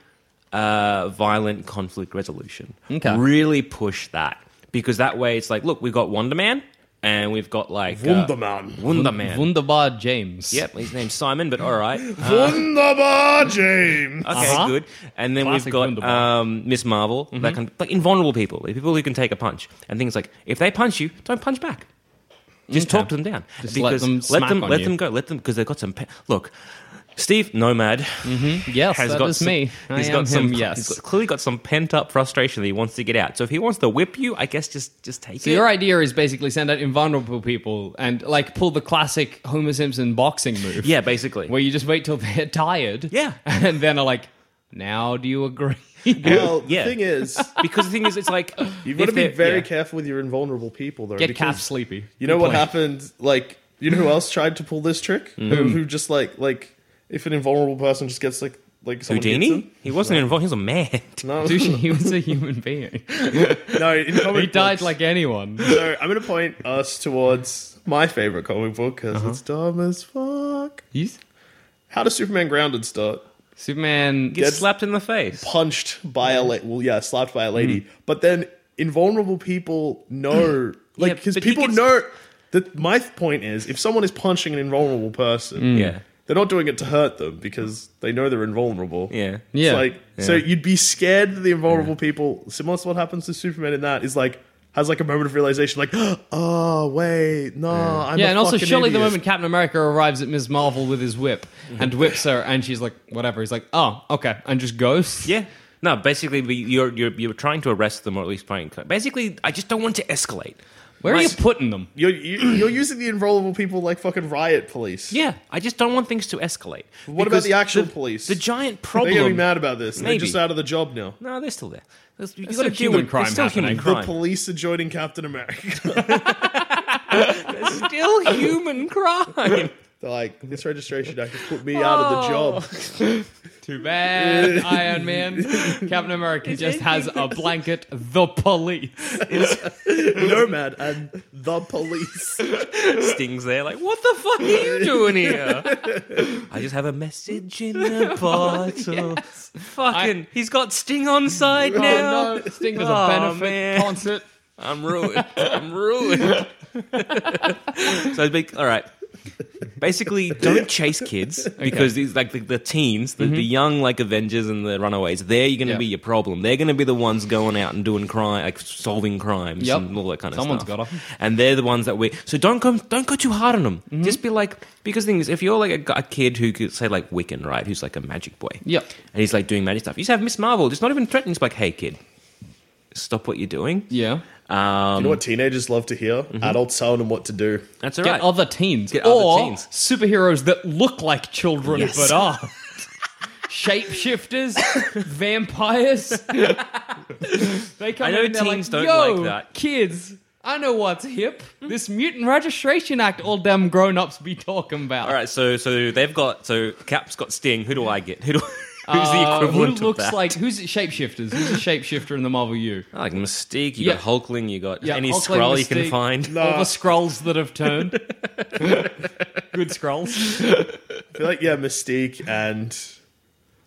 Speaker 2: Uh, violent conflict resolution.
Speaker 4: Okay.
Speaker 2: Really push that because that way it's like, look, we've got Wonder Man and we've got like uh,
Speaker 3: Wunderman.
Speaker 2: Wonder Man.
Speaker 4: Wunderbar James.
Speaker 2: Yep, his name's Simon, but all right. Uh,
Speaker 3: Wunderbar James.
Speaker 2: okay,
Speaker 4: Uh-huh.
Speaker 2: good. And then
Speaker 4: Classic
Speaker 2: we've got
Speaker 4: Wunderbar. Mm-hmm.
Speaker 2: um, Miss Marvel, that kind of, like invulnerable people, people who can take a punch, and things like if they punch you, don't punch back. Just
Speaker 4: Okay.
Speaker 2: talk to them down.
Speaker 4: Just let them
Speaker 2: let
Speaker 4: smack
Speaker 2: them,
Speaker 4: on
Speaker 2: let
Speaker 4: you.
Speaker 2: them go. Let them because they've got some. Pe- Look, Steve Nomad
Speaker 4: Yes, that
Speaker 2: has
Speaker 4: is
Speaker 2: got some-
Speaker 4: Mm-hmm. me. I
Speaker 2: he's
Speaker 4: am
Speaker 2: got
Speaker 4: him,
Speaker 2: some.
Speaker 4: yes.
Speaker 2: he's got- clearly got some pent up frustration that he wants to get out. So if he wants to whip you, I guess just just take
Speaker 4: So
Speaker 2: it.
Speaker 4: your idea is basically send out invulnerable people and like pull the classic Homer Simpson boxing move.
Speaker 2: Yeah, basically.
Speaker 4: Where you just wait till they're tired.
Speaker 2: Yeah.
Speaker 4: And then are like, now do you agree?
Speaker 3: Well,
Speaker 2: yeah.
Speaker 3: the thing is,
Speaker 2: because the thing is, it's like if
Speaker 3: you've got to be
Speaker 2: they're-
Speaker 3: very
Speaker 2: yeah.
Speaker 3: careful with your invulnerable people, though.
Speaker 4: Get
Speaker 3: because
Speaker 4: calf sleepy.
Speaker 3: You know
Speaker 4: Good
Speaker 3: what
Speaker 4: point. Mm.
Speaker 3: happened? Like, you know who else tried to pull this trick? Who, who just like like if an invulnerable person just gets like like someone hits
Speaker 2: Houdini?
Speaker 3: them?
Speaker 2: He wasn't involved. He was a man.
Speaker 3: No,
Speaker 4: Dude, he was a human being.
Speaker 3: no. In comic
Speaker 4: he died
Speaker 3: books.
Speaker 4: like anyone.
Speaker 3: So I'm going to point us towards my favorite comic book because
Speaker 4: Uh-huh.
Speaker 3: it's dumb as fuck.
Speaker 4: He's
Speaker 3: How does Superman Grounded start?
Speaker 4: Superman.
Speaker 2: Gets slapped in the face.
Speaker 3: Punched by a lady. Well, yeah, slapped by a lady. But then invulnerable people know, like,
Speaker 2: Yeah,
Speaker 3: because
Speaker 2: but he
Speaker 3: people
Speaker 2: gets-
Speaker 3: know that my th- point is if someone is punching an invulnerable person,
Speaker 2: Yeah.
Speaker 3: they're not doing it to hurt them because they know they're invulnerable.
Speaker 2: Yeah.
Speaker 3: It's
Speaker 4: Yeah.
Speaker 3: like so you'd be scared that the invulnerable people similar to what happens to Superman in that is like has like a moment of realization like oh wait no I'm
Speaker 4: yeah,
Speaker 3: a
Speaker 4: and also
Speaker 3: fucking
Speaker 4: surely the
Speaker 3: idiot."
Speaker 4: moment Captain America arrives at Ms. Marvel with his whip and whips her, and she's like, whatever. He's like, oh, okay, and just goes.
Speaker 2: Yeah. No, basically, we- you're, you're, you're trying to arrest them or at least playing. Basically, I just don't want to escalate.
Speaker 4: Where are
Speaker 2: My-
Speaker 4: you putting them?
Speaker 3: You're, you- you're using the invulnerable people like fucking riot police.
Speaker 2: Yeah, I just don't want things to escalate.
Speaker 3: What about
Speaker 2: Because
Speaker 3: the actual police?
Speaker 2: The giant
Speaker 3: They're
Speaker 2: problem.
Speaker 3: gonna be mad about this. They're
Speaker 2: Maybe.
Speaker 3: just out of the job now.
Speaker 2: No, they're still there. There's, you got
Speaker 4: still
Speaker 2: to deal
Speaker 4: human
Speaker 2: with
Speaker 4: crime
Speaker 2: there's still human
Speaker 4: happening.
Speaker 3: The
Speaker 2: crime.
Speaker 3: police are joining Captain America.
Speaker 2: There's still human crime.
Speaker 3: They're like, this registration act has put me out of the job.
Speaker 4: Too bad, Iron Man. Captain America just has a blanket, the police.
Speaker 3: Nomad and the police.
Speaker 2: Stings there, like, what the fuck are you doing here? I just have a message in the bottle. Fucking,
Speaker 4: I-
Speaker 2: he's got Sting on side now.
Speaker 4: Oh no, Sting was
Speaker 2: Aw,
Speaker 4: a benefit
Speaker 2: man.
Speaker 4: concert.
Speaker 2: I'm ruined. I'm ruined. so I'd be all right. Basically, don't chase kids because these like the, the teens, the, the young like Avengers and the Runaways, they're going to
Speaker 4: Mm-hmm. Yeah.
Speaker 2: be your problem. They're going to be the ones going out and doing crime, like solving crimes
Speaker 4: Yep.
Speaker 2: and all that kind of
Speaker 4: Someone's
Speaker 2: stuff.
Speaker 4: gotta.
Speaker 2: And they're the ones that we. So don't go, don't go too hard on them.
Speaker 4: Mm-hmm.
Speaker 2: Just be like, because the thing is, if you're like a, gu- a kid who could say like Wiccan, right, who's like a magic boy,
Speaker 4: Yep.
Speaker 2: and he's like doing magic stuff, you just have Miss Marvel, just not even threatening, just like, hey kid, stop what you're doing.
Speaker 4: Yeah.
Speaker 3: you know what teenagers love to hear? Adults telling them what to do.
Speaker 2: That's all
Speaker 4: Get
Speaker 2: right.
Speaker 4: other teens.
Speaker 2: Get other
Speaker 4: or
Speaker 2: teens.
Speaker 4: superheroes that look like children
Speaker 2: Yes.
Speaker 4: but are. Shapeshifters, vampires. they come
Speaker 2: I know
Speaker 4: in and they're
Speaker 2: teens
Speaker 4: like,
Speaker 2: don't
Speaker 4: Yo,
Speaker 2: like that."
Speaker 4: kids, I know what's hip. This Mutant Registration Act all damn grown-ups be talking about.
Speaker 2: All right, so so they've got so Cap's got Sting. Who do I get? Who do, who's the
Speaker 4: Uh,
Speaker 2: equivalent
Speaker 4: who looks
Speaker 2: of that?
Speaker 4: like who's shapeshifters? Who's a shapeshifter in the Marvel U?
Speaker 2: I like Mystique. You
Speaker 4: Yeah.
Speaker 2: got Hulkling. You got
Speaker 4: Yeah,
Speaker 2: any
Speaker 4: Hulkling,
Speaker 2: Skrull you can
Speaker 4: Mystique.
Speaker 2: find.
Speaker 4: All the scrolls that have turned. Good scrolls.
Speaker 3: I feel like, yeah, Mystique and.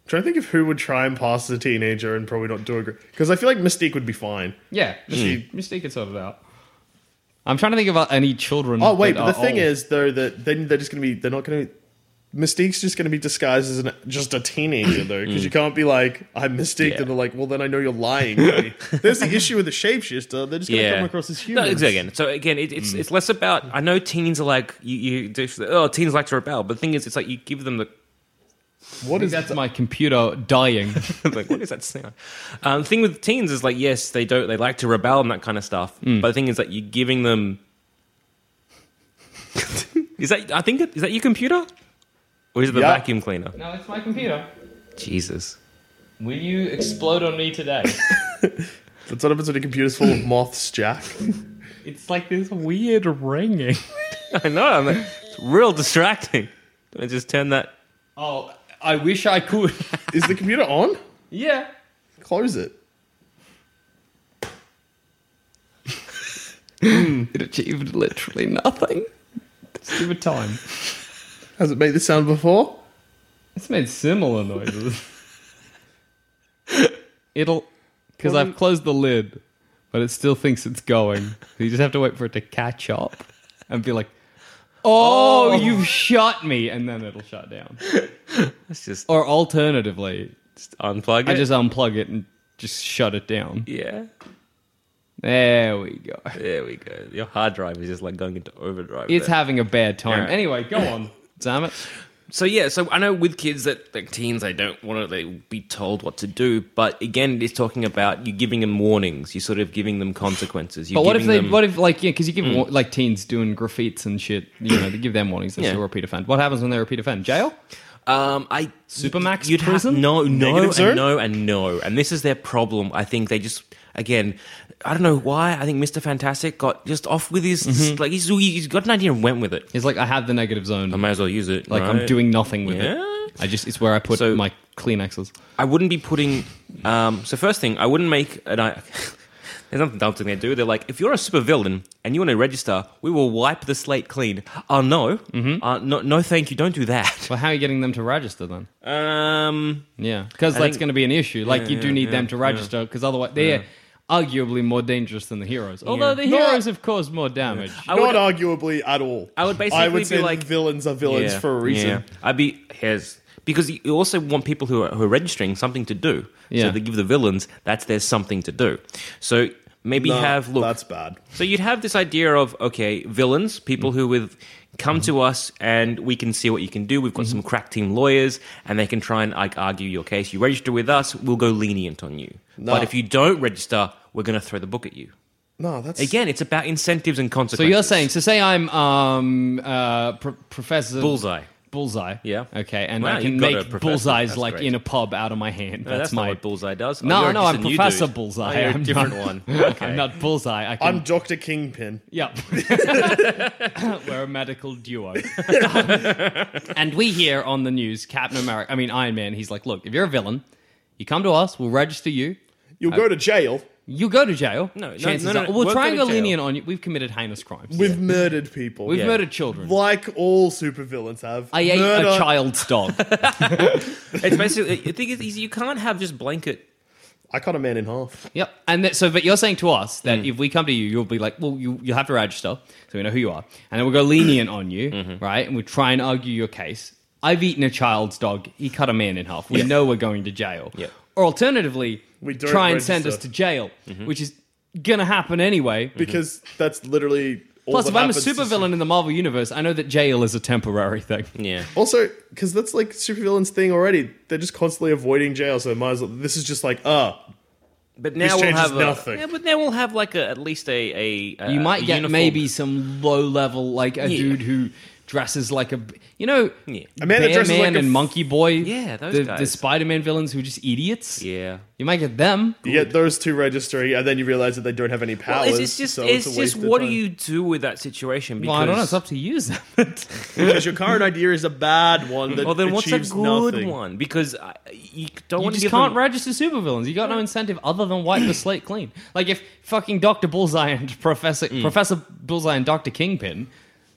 Speaker 3: I'm trying to think of who would try and pass as a teenager and probably not do it. Because I feel like Mystique would be fine.
Speaker 4: Yeah, Mystique, Mystique can sort it out. I'm trying to think about any children.
Speaker 3: Oh, wait,
Speaker 4: that
Speaker 3: but the
Speaker 2: uh,
Speaker 4: are
Speaker 3: thing
Speaker 4: old.
Speaker 3: is, though, that then they're just going to be. They're not going to. Mystique's just going to be disguised as an, just a teenager, though, because you can't be like, I'm Mystique.
Speaker 2: Mm. Yeah.
Speaker 3: And they're like, well, then I know you're lying. to me." There's the issue with the shapeshifter. They're just going to
Speaker 2: yeah,
Speaker 3: come across as
Speaker 2: no,
Speaker 3: humans. Mm.
Speaker 2: exactly. Again. So again, it, it's it's less about. I know teens are like you. you do, oh, teens like to rebel, but the thing is, it's like you give them the
Speaker 3: What is
Speaker 4: that's my computer dying.
Speaker 2: like what is that sound? Um, the thing with teens is like yes, they don't. They like to rebel and that kind of stuff.
Speaker 4: Mm.
Speaker 2: But the thing is that you're giving them. is that I think that, is that your computer, or is it the
Speaker 3: Yeah.
Speaker 2: vacuum cleaner?
Speaker 4: no, it's my computer.
Speaker 2: Jesus.
Speaker 4: Will you explode on me today?
Speaker 3: That's what happens when a computer's full of moths, Jack.
Speaker 4: it's like this weird ringing.
Speaker 2: I know. I'm like, it's real distracting. I just turn that.
Speaker 4: Oh, I wish I could.
Speaker 3: Is the computer on?
Speaker 4: yeah.
Speaker 3: Close it.
Speaker 4: It achieved literally nothing. Just give it time.
Speaker 3: Has it made this sound before?
Speaker 4: It's made similar noises. It'll. Because I've closed the lid, but it still thinks it's going. You just have to wait for it to catch up and be like, oh, you've shot me. And then it'll shut down.
Speaker 2: Let's just,
Speaker 4: Or alternatively,
Speaker 2: just unplug it.
Speaker 4: I just unplug it and just shut it down.
Speaker 2: yeah.
Speaker 4: There we go.
Speaker 2: There we go. Your hard drive is just like going into overdrive.
Speaker 4: It's
Speaker 2: there.
Speaker 4: having a bad time.
Speaker 2: Yeah.
Speaker 4: Anyway, go on. Damn it.
Speaker 2: So yeah, so I know with kids that like teens, they don't want to they be told what to do. But again, it's talking about you giving them warnings. You're sort of giving them consequences. You're
Speaker 4: But what if
Speaker 2: giving
Speaker 4: they?
Speaker 2: them-
Speaker 4: What if like yeah? Because you give wa- like teens doing graffites and shit. You know, they give them warnings. They
Speaker 2: Yeah.
Speaker 4: still repeat offend. What happens when they repeat offend? Jail.
Speaker 2: um I
Speaker 4: Supermax
Speaker 2: you'd ha-
Speaker 4: prison?
Speaker 2: no, no,
Speaker 3: Negative
Speaker 2: and
Speaker 3: zone?
Speaker 2: no, and no, and this is their problem. I think they just again. I don't know why. I think Mr. Fantastic got just off with his
Speaker 4: Mm-hmm.
Speaker 2: like he's he's got an idea and went with it.
Speaker 4: It's like I have the negative zone.
Speaker 2: I might as well use it.
Speaker 4: like I'm
Speaker 2: right?
Speaker 4: doing nothing with
Speaker 2: Yeah.
Speaker 4: it. I just it's where I put
Speaker 2: So-
Speaker 4: my Kleenexes.
Speaker 2: I wouldn't be putting. Um, so first thing, I wouldn't make an. I, there's nothing dumb thing they do. They're like, if you're a supervillain and you want to register, we will wipe the slate clean. Oh no,
Speaker 4: Mm-hmm.
Speaker 2: uh, no, no, thank you. Don't do that.
Speaker 4: Well, how are you getting them to register then?
Speaker 2: Um,
Speaker 4: Yeah, because
Speaker 2: I
Speaker 4: that's
Speaker 2: think-
Speaker 4: going to be an issue. Like you do
Speaker 2: yeah,
Speaker 4: need
Speaker 2: yeah,
Speaker 4: them to
Speaker 2: yeah.
Speaker 4: register because otherwise they're arguably more dangerous than the heroes. Although the
Speaker 3: No,
Speaker 4: heroes
Speaker 3: I-
Speaker 4: have caused more damage.
Speaker 2: I
Speaker 3: Not
Speaker 2: would,
Speaker 3: arguably at all.
Speaker 2: I would basically
Speaker 3: I would
Speaker 2: be
Speaker 3: say
Speaker 2: like-
Speaker 3: villains are villains
Speaker 2: Yeah,
Speaker 3: for a reason.
Speaker 2: yeah. I'd be here's because you also want people who are, who are registering something to do.
Speaker 4: Yeah.
Speaker 2: So they give the villains that's their something to do. So maybe
Speaker 3: No,
Speaker 2: have look.
Speaker 3: That's bad.
Speaker 2: So you'd have this idea of okay, villains, people who with come to us and we can see what you can do. We've got some crack team lawyers, and they can try and like argue your case. You register with us, we'll go lenient on you. But if you don't register, we're going to throw the book at you.
Speaker 3: No, that's
Speaker 2: Again, it's about incentives and
Speaker 4: So
Speaker 2: consequences.
Speaker 4: you're saying so? Say I'm um uh pr- Professor
Speaker 2: bullseye.
Speaker 4: Bullseye.
Speaker 2: Yeah.
Speaker 4: Okay, and
Speaker 2: Wow,
Speaker 4: I can
Speaker 2: you've got a
Speaker 4: make
Speaker 2: professor.
Speaker 4: bullseyes
Speaker 2: That's
Speaker 4: like
Speaker 2: great.
Speaker 4: in a pub out of my hand.
Speaker 2: No,
Speaker 4: that's,
Speaker 2: that's
Speaker 4: my
Speaker 2: not what bullseye does. Oh,
Speaker 4: No,
Speaker 2: you're
Speaker 4: no,
Speaker 2: just a
Speaker 4: I'm
Speaker 2: new
Speaker 4: Professor
Speaker 2: dude.
Speaker 4: Bullseye.
Speaker 2: Oh, you're a
Speaker 4: I'm
Speaker 2: different
Speaker 4: not-
Speaker 2: one.
Speaker 4: I'm
Speaker 2: Okay.
Speaker 4: not bullseye. I can
Speaker 3: I'm Doctor Kingpin.
Speaker 4: Yep. We're a medical duo. and we hear on the news Captain America, I mean, Iron Man, he's like, look, if you're a villain, you come to us, we'll register you.
Speaker 3: You'll go to jail
Speaker 4: You go to jail.
Speaker 2: No, no,
Speaker 4: chances
Speaker 2: no, no,
Speaker 4: are-
Speaker 2: no,
Speaker 4: we'll
Speaker 2: won't
Speaker 4: try
Speaker 2: go
Speaker 4: and
Speaker 2: to
Speaker 4: go
Speaker 2: jail.
Speaker 4: lenient on you. We've committed heinous crimes.
Speaker 3: with murdered people.
Speaker 4: We've
Speaker 2: Yeah.
Speaker 4: murdered children.
Speaker 3: like all supervillains have.
Speaker 4: I ate
Speaker 3: Murder-
Speaker 4: a child's dog.
Speaker 2: It's basically the thing is, is you can't have just blanket.
Speaker 3: I cut a man in half.
Speaker 4: Yep. And that, so, but you're saying to us that
Speaker 2: Mm.
Speaker 4: if we come to you, you'll be like, well, you, you'll have to register so we know who you are. And then we'll go lenient on you,
Speaker 2: Mm-hmm.
Speaker 4: right? And we'll try and argue your case. I've eaten a child's dog. He cut a man in half. We know we're going to jail.
Speaker 2: Yeah.
Speaker 4: Or alternatively,
Speaker 3: We don't
Speaker 4: try and send us
Speaker 3: register.
Speaker 4: to jail,
Speaker 2: Mm-hmm.
Speaker 4: which is going to happen anyway.
Speaker 3: Because that's literally all
Speaker 4: Plus,
Speaker 3: that
Speaker 4: if I'm a
Speaker 3: happens to-
Speaker 4: supervillain in the Marvel Universe, I know that jail is a temporary thing.
Speaker 2: Yeah.
Speaker 3: Also, because that's like supervillains' thing already. They're just constantly avoiding jail, so might as well. This is just like, ah,
Speaker 2: But now we'll
Speaker 3: changes
Speaker 2: have a-
Speaker 3: nothing.
Speaker 2: yeah, but now we'll have like a, at least a, a, a
Speaker 4: You might
Speaker 2: a
Speaker 4: get
Speaker 2: uniform.
Speaker 4: maybe some low level, like a
Speaker 2: Yeah.
Speaker 4: dude who dresses like a, you know,
Speaker 2: Yeah.
Speaker 4: a
Speaker 2: A
Speaker 4: man,
Speaker 3: man that dresses like a
Speaker 4: and
Speaker 3: f-
Speaker 4: Monkey Boy.
Speaker 2: Yeah, those
Speaker 4: the, the
Speaker 2: guys.
Speaker 4: Spider-Man villains who are just idiots.
Speaker 2: Yeah.
Speaker 4: You might get them.
Speaker 3: you get those two registering, and then you realize that they don't have any
Speaker 2: Well,
Speaker 3: powers.
Speaker 2: it's, it's just,
Speaker 3: so
Speaker 2: it's,
Speaker 3: a
Speaker 2: just,
Speaker 3: waste of
Speaker 2: what do
Speaker 3: time.
Speaker 2: you do with that situation? Because
Speaker 4: Well, I don't know. It's up to you. Zach.
Speaker 3: Because your current idea is a bad one. That
Speaker 2: Well, then what's a
Speaker 3: achieves
Speaker 2: good
Speaker 3: nothing.
Speaker 2: one? Because I, you don't
Speaker 4: you
Speaker 2: want to
Speaker 4: just
Speaker 2: give
Speaker 4: can't
Speaker 2: them-
Speaker 4: register supervillains. You got no incentive other than wipe the slate clean. Like if fucking Doctor Bullseye and Professor
Speaker 2: Mm.
Speaker 4: Professor Bullseye and Doctor Kingpin.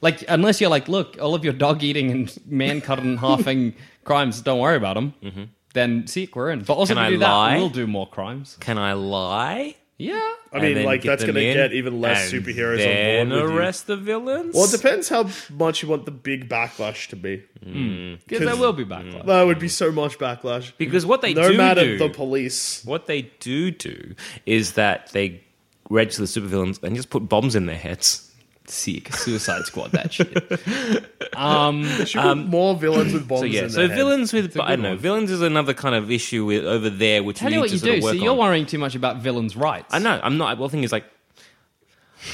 Speaker 4: Like unless you're like, look, all of your dog eating and man cutting halfing crimes, don't worry about them. Then see, we're in. But also,
Speaker 2: Mm-hmm. Can
Speaker 4: if
Speaker 2: I
Speaker 4: we do that,
Speaker 2: lie?
Speaker 4: we'll do more crimes.
Speaker 2: Can I lie?
Speaker 4: Yeah,
Speaker 3: I
Speaker 2: And
Speaker 3: mean,
Speaker 2: then
Speaker 3: like
Speaker 2: get
Speaker 3: that's
Speaker 2: them
Speaker 3: going to
Speaker 2: in,
Speaker 3: get even less
Speaker 2: and
Speaker 3: superheroes on
Speaker 2: Then
Speaker 3: board with you.
Speaker 2: arrest the villains.
Speaker 3: Well, it depends how much you want the big backlash to be.
Speaker 4: because there will be backlash.
Speaker 3: That would be so much backlash.
Speaker 2: because what they
Speaker 3: no
Speaker 2: do
Speaker 3: matter
Speaker 2: do,
Speaker 3: the police.
Speaker 2: what they do do is that they register the supervillains and just put bombs in their heads.
Speaker 4: Sick Suicide Squad. That shit.
Speaker 3: There should be more villains with bombs
Speaker 2: So yeah,
Speaker 3: in
Speaker 2: so
Speaker 3: their
Speaker 2: Um,
Speaker 3: head.
Speaker 2: villains with
Speaker 4: a
Speaker 2: I
Speaker 4: good
Speaker 2: don't know
Speaker 4: one.
Speaker 2: villains is another kind of issue with, over there, which
Speaker 4: Tell
Speaker 2: we
Speaker 4: you
Speaker 2: need
Speaker 4: what
Speaker 2: to
Speaker 4: you
Speaker 2: sort
Speaker 4: do.
Speaker 2: of
Speaker 4: So
Speaker 2: work
Speaker 4: you're
Speaker 2: on.
Speaker 4: worrying too much about villains' rights.
Speaker 2: I know. I'm not. Well, the thing is, like,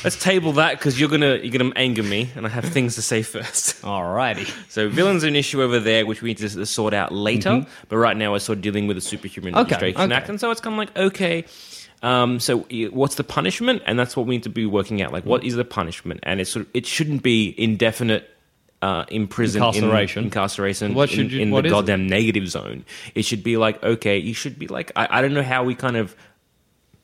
Speaker 2: let's table that because you're gonna you're gonna anger me, and I have things to say first.
Speaker 4: Alrighty.
Speaker 2: So villains are an issue over there, which we need to sort out later. But right now, we're sort of dealing with the Superhuman
Speaker 4: Mm-hmm. Okay,
Speaker 2: Registration
Speaker 4: okay.
Speaker 2: Act, and so it's kind of like okay. Um, so y- what's the punishment? And that's what we need to be working out. Like, what is the punishment? And it's sort of, it shouldn't be indefinite uh, imprison, in-
Speaker 4: Incarceration.
Speaker 2: incarceration
Speaker 4: What should
Speaker 2: in,
Speaker 4: you-
Speaker 2: in
Speaker 4: what
Speaker 2: the
Speaker 4: is it?
Speaker 2: goddamn negative zone. It should be like okay, you should be like I, I don't know how we kind of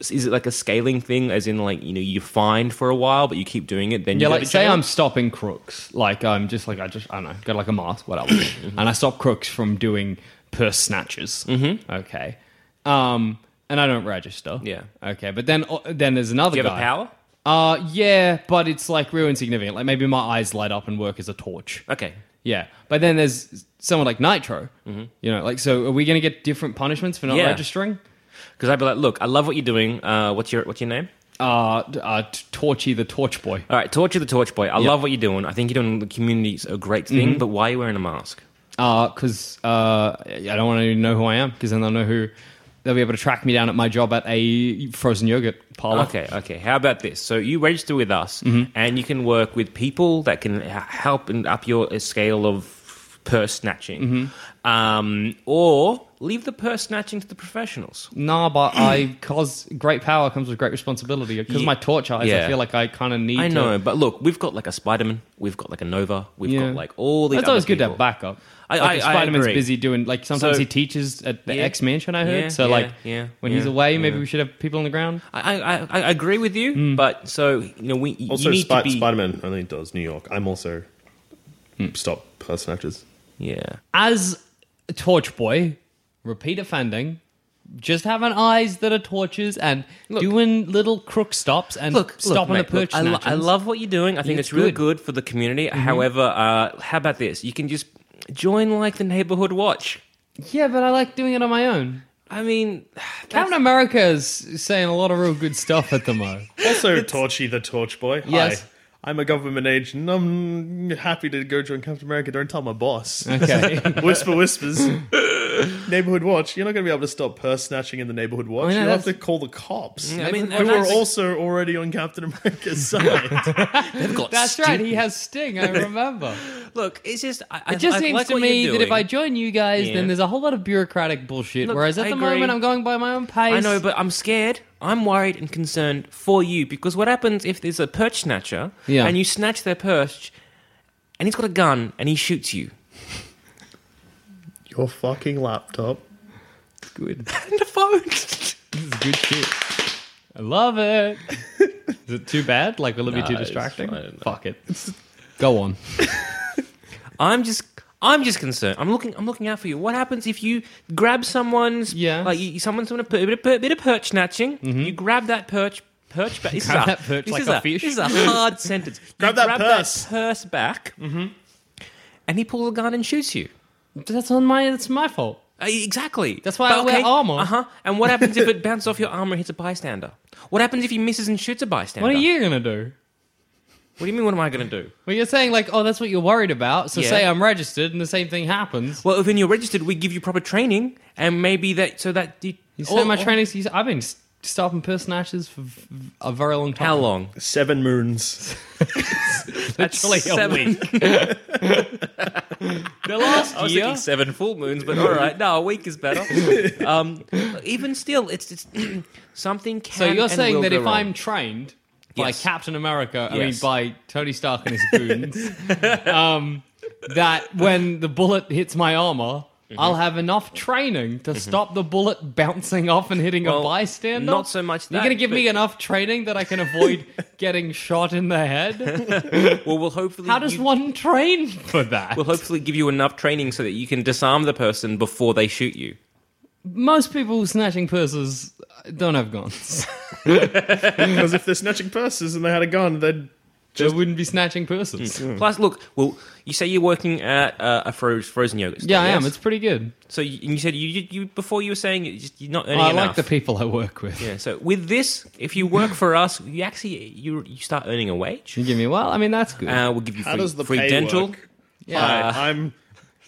Speaker 2: is it like a scaling thing, as in like you know you find for a while, but you keep doing it, then
Speaker 4: Yeah,
Speaker 2: you go
Speaker 4: like
Speaker 2: to
Speaker 4: say
Speaker 2: jail?
Speaker 4: I'm stopping crooks. Like I'm just like I just I don't know, got like a mask, whatever,
Speaker 2: Mm-hmm.
Speaker 4: and I stop crooks from doing purse snatches. Mm-hmm. Okay, um, and I don't register.
Speaker 2: Yeah.
Speaker 4: Okay, but then uh, then there's another
Speaker 2: Do you have
Speaker 4: guy.
Speaker 2: a power?
Speaker 4: Uh, yeah, but it's like real insignificant. Like maybe my eyes light up and work as a torch.
Speaker 2: Okay,
Speaker 4: Yeah, but then there's someone like Nitro. You know, like so are we going to get different punishments for not
Speaker 2: Mm-hmm. Yeah.
Speaker 4: registering?
Speaker 2: Because I'd be like, look, I love what you're doing. Uh, what's your what's your name?
Speaker 4: uh, d- uh, t- Torchy the Torch Boy.
Speaker 2: All right, torture the torch boy. I love what you're doing. I think you're doing the community's a great
Speaker 4: Mm-hmm.
Speaker 2: thing, but why are you wearing a mask?
Speaker 4: because uh, I don't want to know who I am because then they'll know who they'll be able to track me down at my job at a frozen yogurt parlor.
Speaker 2: Oh, Okay, okay. How about this? So you register with us,
Speaker 4: Mm-hmm.
Speaker 2: and you can work with people that can h- help and up your uh, scale of purse snatching,
Speaker 4: Mm-hmm.
Speaker 2: um, or leave the purse snatching to the professionals.
Speaker 4: Nah, but I cause great power comes with great responsibility. Because
Speaker 2: Ye-
Speaker 4: my torch eyes, I
Speaker 2: yeah.
Speaker 4: feel like I kind of need.
Speaker 2: I know,
Speaker 4: To,
Speaker 2: but look, we've got like a Spider-Man, we've got like a Nova, we've
Speaker 4: Yeah.
Speaker 2: got like all these.
Speaker 4: That's always
Speaker 2: other
Speaker 4: good to
Speaker 2: people.
Speaker 4: have backup.
Speaker 2: I-
Speaker 4: like, if
Speaker 2: I- I
Speaker 4: Spider-Man's
Speaker 2: agree.
Speaker 4: busy doing like sometimes
Speaker 2: So-
Speaker 4: he teaches at the
Speaker 2: Yeah.
Speaker 4: X Mansion. I heard
Speaker 2: Yeah,
Speaker 4: so
Speaker 2: yeah,
Speaker 4: like
Speaker 2: yeah,
Speaker 4: when he's
Speaker 2: yeah,
Speaker 4: away, maybe
Speaker 2: yeah.
Speaker 4: we should have people on the ground.
Speaker 2: I, I, I- I agree with you,
Speaker 4: Mm.
Speaker 2: but so you know we you
Speaker 3: Also,
Speaker 2: need
Speaker 3: Spi-
Speaker 2: to be
Speaker 3: Spider Man only does New York. I'm also stop purse snatchers.
Speaker 2: yeah.
Speaker 4: As a torch boy, repeat offending. Just having eyes that are torches and doing little crook stops and stopping
Speaker 2: mate,
Speaker 4: the perch
Speaker 2: I, lo- I
Speaker 4: snatchers.
Speaker 2: love what you're doing. I think
Speaker 4: It's
Speaker 2: it's, really good.
Speaker 4: good.
Speaker 2: Mm-hmm. for the community. However, uh, how about this? You can just join like the neighborhood watch.
Speaker 4: Yeah, but I like doing it on my own.
Speaker 2: I mean,
Speaker 4: Captain America is saying a lot of real good stuff at the moment.
Speaker 3: Also, Torchy the Torch Boy.
Speaker 4: Yes.
Speaker 3: Hi. I'm a government agent. I'm happy to go join Captain America. Don't tell my boss.
Speaker 4: Okay.
Speaker 3: Whisper whispers. neighborhood watch. You're not going to be able to stop purse snatching in the neighborhood watch.
Speaker 4: yeah,
Speaker 3: You'll have
Speaker 4: that's-
Speaker 3: to call the cops.
Speaker 2: I mean,
Speaker 3: who are
Speaker 2: that's-
Speaker 3: also already on Captain America's side.
Speaker 2: they've got
Speaker 4: That's
Speaker 2: stupid-
Speaker 4: right. He has Sting, I remember.
Speaker 2: Look, it's just I, I-
Speaker 4: It just
Speaker 2: I
Speaker 4: seems
Speaker 2: like
Speaker 4: to
Speaker 2: what you're
Speaker 4: me that if
Speaker 2: doing.
Speaker 4: I join you guys,
Speaker 2: Yeah.
Speaker 4: then there's a whole lot of bureaucratic bullshit.
Speaker 2: Look,
Speaker 4: whereas at
Speaker 2: I
Speaker 4: the
Speaker 2: agree.
Speaker 4: moment, I'm going by my own pace.
Speaker 2: I know, but I'm scared. I'm worried and concerned for you because what happens if there's a perch snatcher
Speaker 4: Yeah.
Speaker 2: and you snatch their perch and he's got a gun and he shoots you?
Speaker 3: Your fucking laptop.
Speaker 4: good.
Speaker 2: And the phone.
Speaker 4: This is good shit. I love it. Is it too bad? Like, will it be too
Speaker 2: it's
Speaker 4: distracting?
Speaker 2: fine.
Speaker 4: Fuck it. Go on.
Speaker 2: I'm just I'm just concerned. I'm looking I'm looking out for you. What happens if you grab someone's
Speaker 4: Yes.
Speaker 2: like you, someone's doing a per- bit, of, per- bit of perch snatching. You grab that perch perch back. This
Speaker 4: Mm-hmm. Grab
Speaker 2: is
Speaker 4: that perch
Speaker 2: this
Speaker 4: like
Speaker 2: is
Speaker 4: a fish.
Speaker 2: This is a hard sentence. You
Speaker 3: Grab that purse.
Speaker 2: purse back.
Speaker 4: Mm-hmm.
Speaker 2: And he pulls a gun and shoots you.
Speaker 4: That's on my. That's my fault.
Speaker 2: Uh, Exactly.
Speaker 4: That's why I wear armor.
Speaker 2: Uh huh. And what happens if it bounces off your armor and hits a bystander? What happens if he misses and shoots a bystander?
Speaker 4: What are you gonna do?
Speaker 2: What do you mean? What am I going to do?
Speaker 4: Well, you're saying like, oh, that's what you're worried about. So
Speaker 2: Yeah.
Speaker 4: say I'm registered, and the same thing happens.
Speaker 2: Well, if when you're registered, we give you proper training, and maybe that so that you, Oh,
Speaker 4: You say my training. You say- I've been s- stopping purse snatchers for v- a very long time.
Speaker 2: How long?
Speaker 3: Seven moons.
Speaker 4: Literally a
Speaker 2: seven.
Speaker 4: week. the last
Speaker 2: I was
Speaker 4: year.
Speaker 2: thinking seven full moons, but all right, no, a week is better. Um, even still, it's, it's something. Can
Speaker 4: So you're
Speaker 2: and
Speaker 4: saying
Speaker 2: will
Speaker 4: that
Speaker 2: go
Speaker 4: if
Speaker 2: wrong.
Speaker 4: I'm trained
Speaker 2: Yes.
Speaker 4: by Captain America, I mean
Speaker 2: Yes.
Speaker 4: by Tony Stark and his goons, um, that when the bullet hits my armor,
Speaker 2: Mm-hmm.
Speaker 4: I'll have enough training to stop the bullet bouncing off and hitting a
Speaker 2: Well,
Speaker 4: bystander.
Speaker 2: not so much
Speaker 4: You're
Speaker 2: that,
Speaker 4: going to give me
Speaker 2: but-
Speaker 4: enough training that I can avoid getting shot in the head.
Speaker 2: well, we'll hopefully
Speaker 4: How does
Speaker 2: you-
Speaker 4: one train for that?
Speaker 2: We'll hopefully give you enough training so that you can disarm the person before they shoot you.
Speaker 4: Most people snatching purses don't have guns.
Speaker 3: Because if they're snatching purses and they had a gun, they'd
Speaker 4: they wouldn't be snatching purses.
Speaker 2: Plus, look, well, you say you're working at uh, a fro- frozen yogurt. Store,
Speaker 4: Yeah, I am.
Speaker 2: yes?
Speaker 4: It's pretty good.
Speaker 2: so you, you said you, you, you before you were saying you just, you're not earning
Speaker 4: Oh, I like
Speaker 2: enough.
Speaker 4: the people I work with.
Speaker 2: yeah, so with this, if you work for us, you actually you you start earning a wage.
Speaker 4: You give me well. I mean, that's good.
Speaker 2: Uh, we'll give you
Speaker 3: How
Speaker 2: free,
Speaker 3: does the
Speaker 2: free
Speaker 3: pay
Speaker 2: dental.
Speaker 3: work?
Speaker 4: yeah,
Speaker 3: I, I'm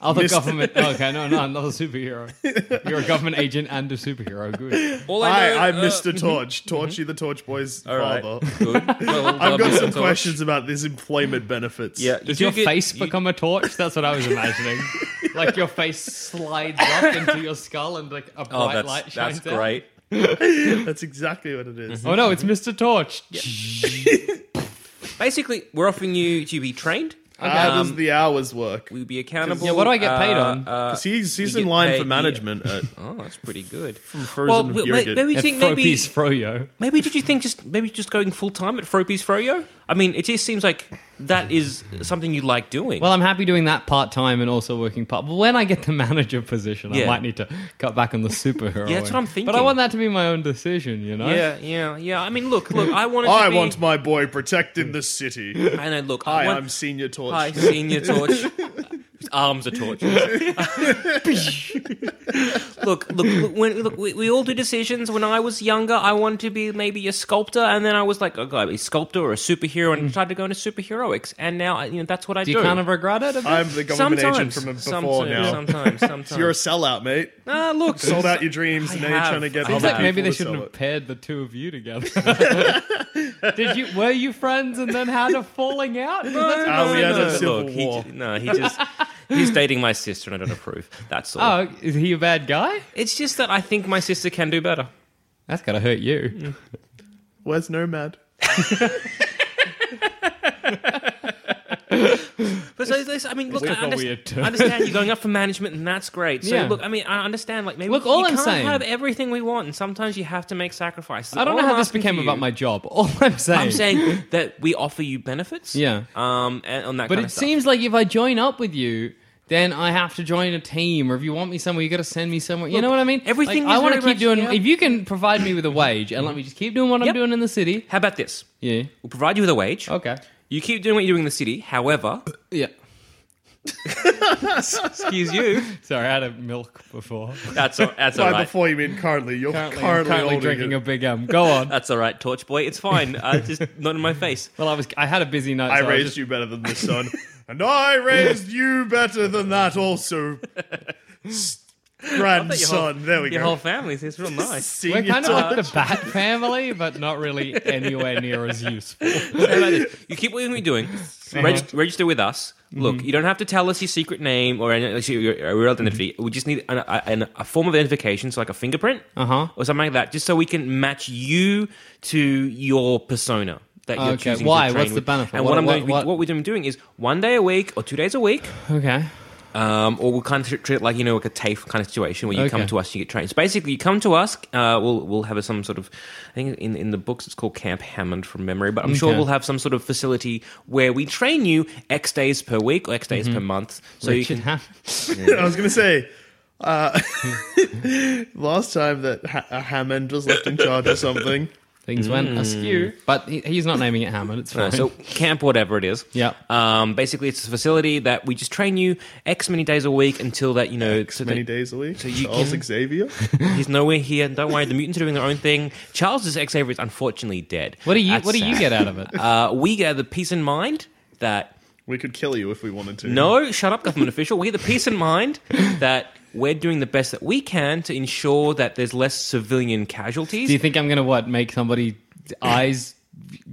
Speaker 4: other government. Okay, no, no, another superhero. You're a government agent and a superhero. Good.
Speaker 2: All
Speaker 3: I,
Speaker 2: know- uh, mm-hmm.
Speaker 3: I'm Mr. Torch, Torchy the Torch Boy's
Speaker 2: right.
Speaker 3: father.
Speaker 2: Good. Well,
Speaker 3: I've
Speaker 2: love
Speaker 3: got
Speaker 2: you,
Speaker 3: some
Speaker 2: Torch.
Speaker 3: questions about these employment benefits.
Speaker 2: Yeah,
Speaker 4: Does
Speaker 2: do
Speaker 4: your
Speaker 2: get-
Speaker 4: face
Speaker 2: you-
Speaker 4: become a torch? That's what I was imagining. like your face slides up into your skull and like a bright
Speaker 2: Oh, that's
Speaker 4: light shines
Speaker 2: that's
Speaker 4: out.
Speaker 2: great.
Speaker 3: that's exactly what it is.
Speaker 2: Mm-hmm.
Speaker 4: Oh no, it's Mr. Torch.
Speaker 2: Basically, we're offering you to be trained.
Speaker 3: How
Speaker 2: Um,
Speaker 3: does the hours work?
Speaker 2: We'll be accountable.
Speaker 4: Yeah, what do I get paid
Speaker 2: uh,
Speaker 4: on?
Speaker 2: Uh,
Speaker 3: 'Cause he's he's
Speaker 2: we
Speaker 3: in
Speaker 2: get
Speaker 3: line
Speaker 2: paid-
Speaker 3: for management at
Speaker 2: oh, that's pretty good.
Speaker 3: Frozen
Speaker 2: well, w- may-
Speaker 3: Yogurt.
Speaker 2: maybe
Speaker 4: At
Speaker 2: think maybe
Speaker 4: Fropies Froyo.
Speaker 2: maybe did you think just maybe just going full time at Fropies Froyo? I mean, it just seems like that is something you like doing.
Speaker 4: Well, I'm happy doing that part time and also working part. But when I get the manager position, I
Speaker 2: Yeah.
Speaker 4: might need to cut back on the superhero.
Speaker 2: Yeah, that's what
Speaker 4: end.
Speaker 2: I'm
Speaker 4: But I
Speaker 2: thinking.
Speaker 4: want that to be my own decision, you know.
Speaker 2: yeah, yeah, yeah. I mean, look, look. I want.
Speaker 3: I
Speaker 2: to be, Mm.
Speaker 3: want my boy protecting the city.
Speaker 2: I know. Look,
Speaker 3: Hi,
Speaker 2: I want,
Speaker 3: I'm Senior Torch.
Speaker 2: Hi, Senior Torch.
Speaker 5: arms are torches.
Speaker 2: look, look, look, when, look we, we all do decisions. When I was younger, I wanted to be maybe a sculptor, and then I was like, oh god, a sculptor or a superhero, and tried to go into superheroics, and now I- you know that's what I
Speaker 4: Hmm. Do
Speaker 2: do.
Speaker 4: you kind of regret it? a bit?
Speaker 3: I'm the government
Speaker 2: sometimes,
Speaker 3: agent from before
Speaker 2: sometimes,
Speaker 3: now.
Speaker 2: sometimes, sometimes.
Speaker 3: You're a sellout, mate.
Speaker 2: ah, look,
Speaker 3: Sold out your dreams, and now you're
Speaker 2: have.
Speaker 3: trying to get.
Speaker 2: Seems
Speaker 3: other
Speaker 4: Like maybe
Speaker 3: people
Speaker 4: they
Speaker 3: to
Speaker 4: shouldn't
Speaker 3: sell
Speaker 4: have
Speaker 3: it.
Speaker 4: paired the two of you together. Did you? Were you friends and then had a falling out? That's-
Speaker 3: Ah, we had a civil
Speaker 2: look, he
Speaker 3: war.
Speaker 2: j- no, he just he's dating my sister, and I don't approve. That's all.
Speaker 4: oh, is he a bad guy?
Speaker 2: It's just that I think my sister can do better.
Speaker 4: That's gotta hurt
Speaker 2: Mm.
Speaker 4: you.
Speaker 3: Where's Nomad?
Speaker 2: But so, so- I mean, look, I,
Speaker 4: got
Speaker 2: underst-
Speaker 4: weird too.
Speaker 2: I understand you're going up for management, and that's great. So,
Speaker 4: Yeah.
Speaker 2: look, I mean, I understand. Like, maybe
Speaker 4: Look, all
Speaker 2: you
Speaker 4: I'm
Speaker 2: can't
Speaker 4: saying-
Speaker 2: have everything we want, and sometimes you have to make sacrifices.
Speaker 4: I don't
Speaker 2: All
Speaker 4: know
Speaker 2: I'm
Speaker 4: how this
Speaker 2: asking
Speaker 4: became
Speaker 2: for
Speaker 4: about
Speaker 2: you-
Speaker 4: my job. All I'm saying.
Speaker 2: I'm saying that we offer you benefits.
Speaker 4: Yeah.
Speaker 2: Um, and on that.
Speaker 4: But
Speaker 2: kind
Speaker 4: it
Speaker 2: of stuff.
Speaker 4: seems like if I join up with you, then I have to join a team, or if you want me somewhere, you got to send me somewhere. you
Speaker 2: Look,
Speaker 4: know what I mean?
Speaker 2: everything
Speaker 4: Like,
Speaker 2: is
Speaker 4: I want to
Speaker 2: very
Speaker 4: keep
Speaker 2: much-
Speaker 4: doing.
Speaker 2: yeah.
Speaker 4: If you can provide me with a wage and let me just keep doing what I'm
Speaker 2: Yep.
Speaker 4: doing in the city,
Speaker 2: How about this?
Speaker 4: yeah,
Speaker 2: We'll provide you with a wage.
Speaker 4: okay,
Speaker 2: You keep doing what you're doing in the city. However,
Speaker 4: yeah.
Speaker 2: excuse you.
Speaker 4: Sorry, I had a milk before.
Speaker 2: That's all, that's all
Speaker 3: By
Speaker 2: right.
Speaker 3: before you mean currently, you're
Speaker 4: Currently,
Speaker 3: currently,
Speaker 4: I'm currently
Speaker 3: holding
Speaker 4: drinking
Speaker 3: it.
Speaker 4: a big M. Go on.
Speaker 2: That's all right, Torch Boy. It's fine. Uh, just not in my face.
Speaker 4: Well, I was. I had a busy night.
Speaker 3: I
Speaker 4: so was
Speaker 3: raised
Speaker 4: just-
Speaker 3: you better than this, son. and I raised you better than that, also. S- Grandson. There we
Speaker 2: Your
Speaker 3: go.
Speaker 2: whole family's it's real nice.
Speaker 3: Senior
Speaker 4: We're kind of
Speaker 3: time.
Speaker 4: like the Bat Family, but not really anywhere near as useful.
Speaker 2: How about this? You keep what you're doing.
Speaker 4: Uh-huh.
Speaker 2: Reg- register with us.
Speaker 4: Mm-hmm.
Speaker 2: Look, you don't have to tell us your secret name or any, like, your, your real identity. We just need an, a, an, a form of identification, so like a fingerprint
Speaker 4: Uh-huh.
Speaker 2: or something like that, just so we can match you to your persona that you're
Speaker 4: Okay,
Speaker 2: choosing
Speaker 4: why?
Speaker 2: to train
Speaker 4: What's the
Speaker 2: with.
Speaker 4: benefit?
Speaker 2: And
Speaker 4: What-
Speaker 2: what, I'm
Speaker 4: what-
Speaker 2: going to be,
Speaker 4: what-
Speaker 2: what we're doing- doing is one day a week or two days a week.
Speaker 4: Okay.
Speaker 2: um, or we'll kind of treat it like you know like a TAFE kind of situation where you
Speaker 4: Okay.
Speaker 2: come to us, you get trained. So basically, you come to us, uh, we'll we'll have some sort of I think in in the books it's called Camp Hammond from memory, but I'm sure
Speaker 4: Okay.
Speaker 2: we'll have some sort of facility where we train you X days per week or X days per month, so
Speaker 4: Mm-hmm. Richard
Speaker 2: you can.
Speaker 4: Hammond.
Speaker 3: I was going to say, uh, last time that ha- uh, Hammond was left in charge of something,
Speaker 4: Things went askew, but he, he's not naming it Hammond. It's fine.
Speaker 2: Uh, Hmm. so camp whatever it is
Speaker 4: Yeah.
Speaker 2: um basically it's a facility that we just train you x many days a week until that you know so
Speaker 3: many
Speaker 2: that-
Speaker 3: days a week, so
Speaker 2: you
Speaker 3: Charles
Speaker 2: can-
Speaker 3: Xavier.
Speaker 2: he's nowhere here don't worry the mutants are doing their own thing charles's ex favorite is unfortunately dead
Speaker 4: what do you?
Speaker 2: That's
Speaker 4: What do you
Speaker 2: sad.
Speaker 4: get out of it?
Speaker 2: uh, we get the peace in mind that
Speaker 3: We could kill you if we wanted to.
Speaker 2: no, shut up, government official. We get the peace in mind that we're doing the best that we can to ensure that there's less civilian casualties.
Speaker 4: Do you think I'm gonna what make somebody eyes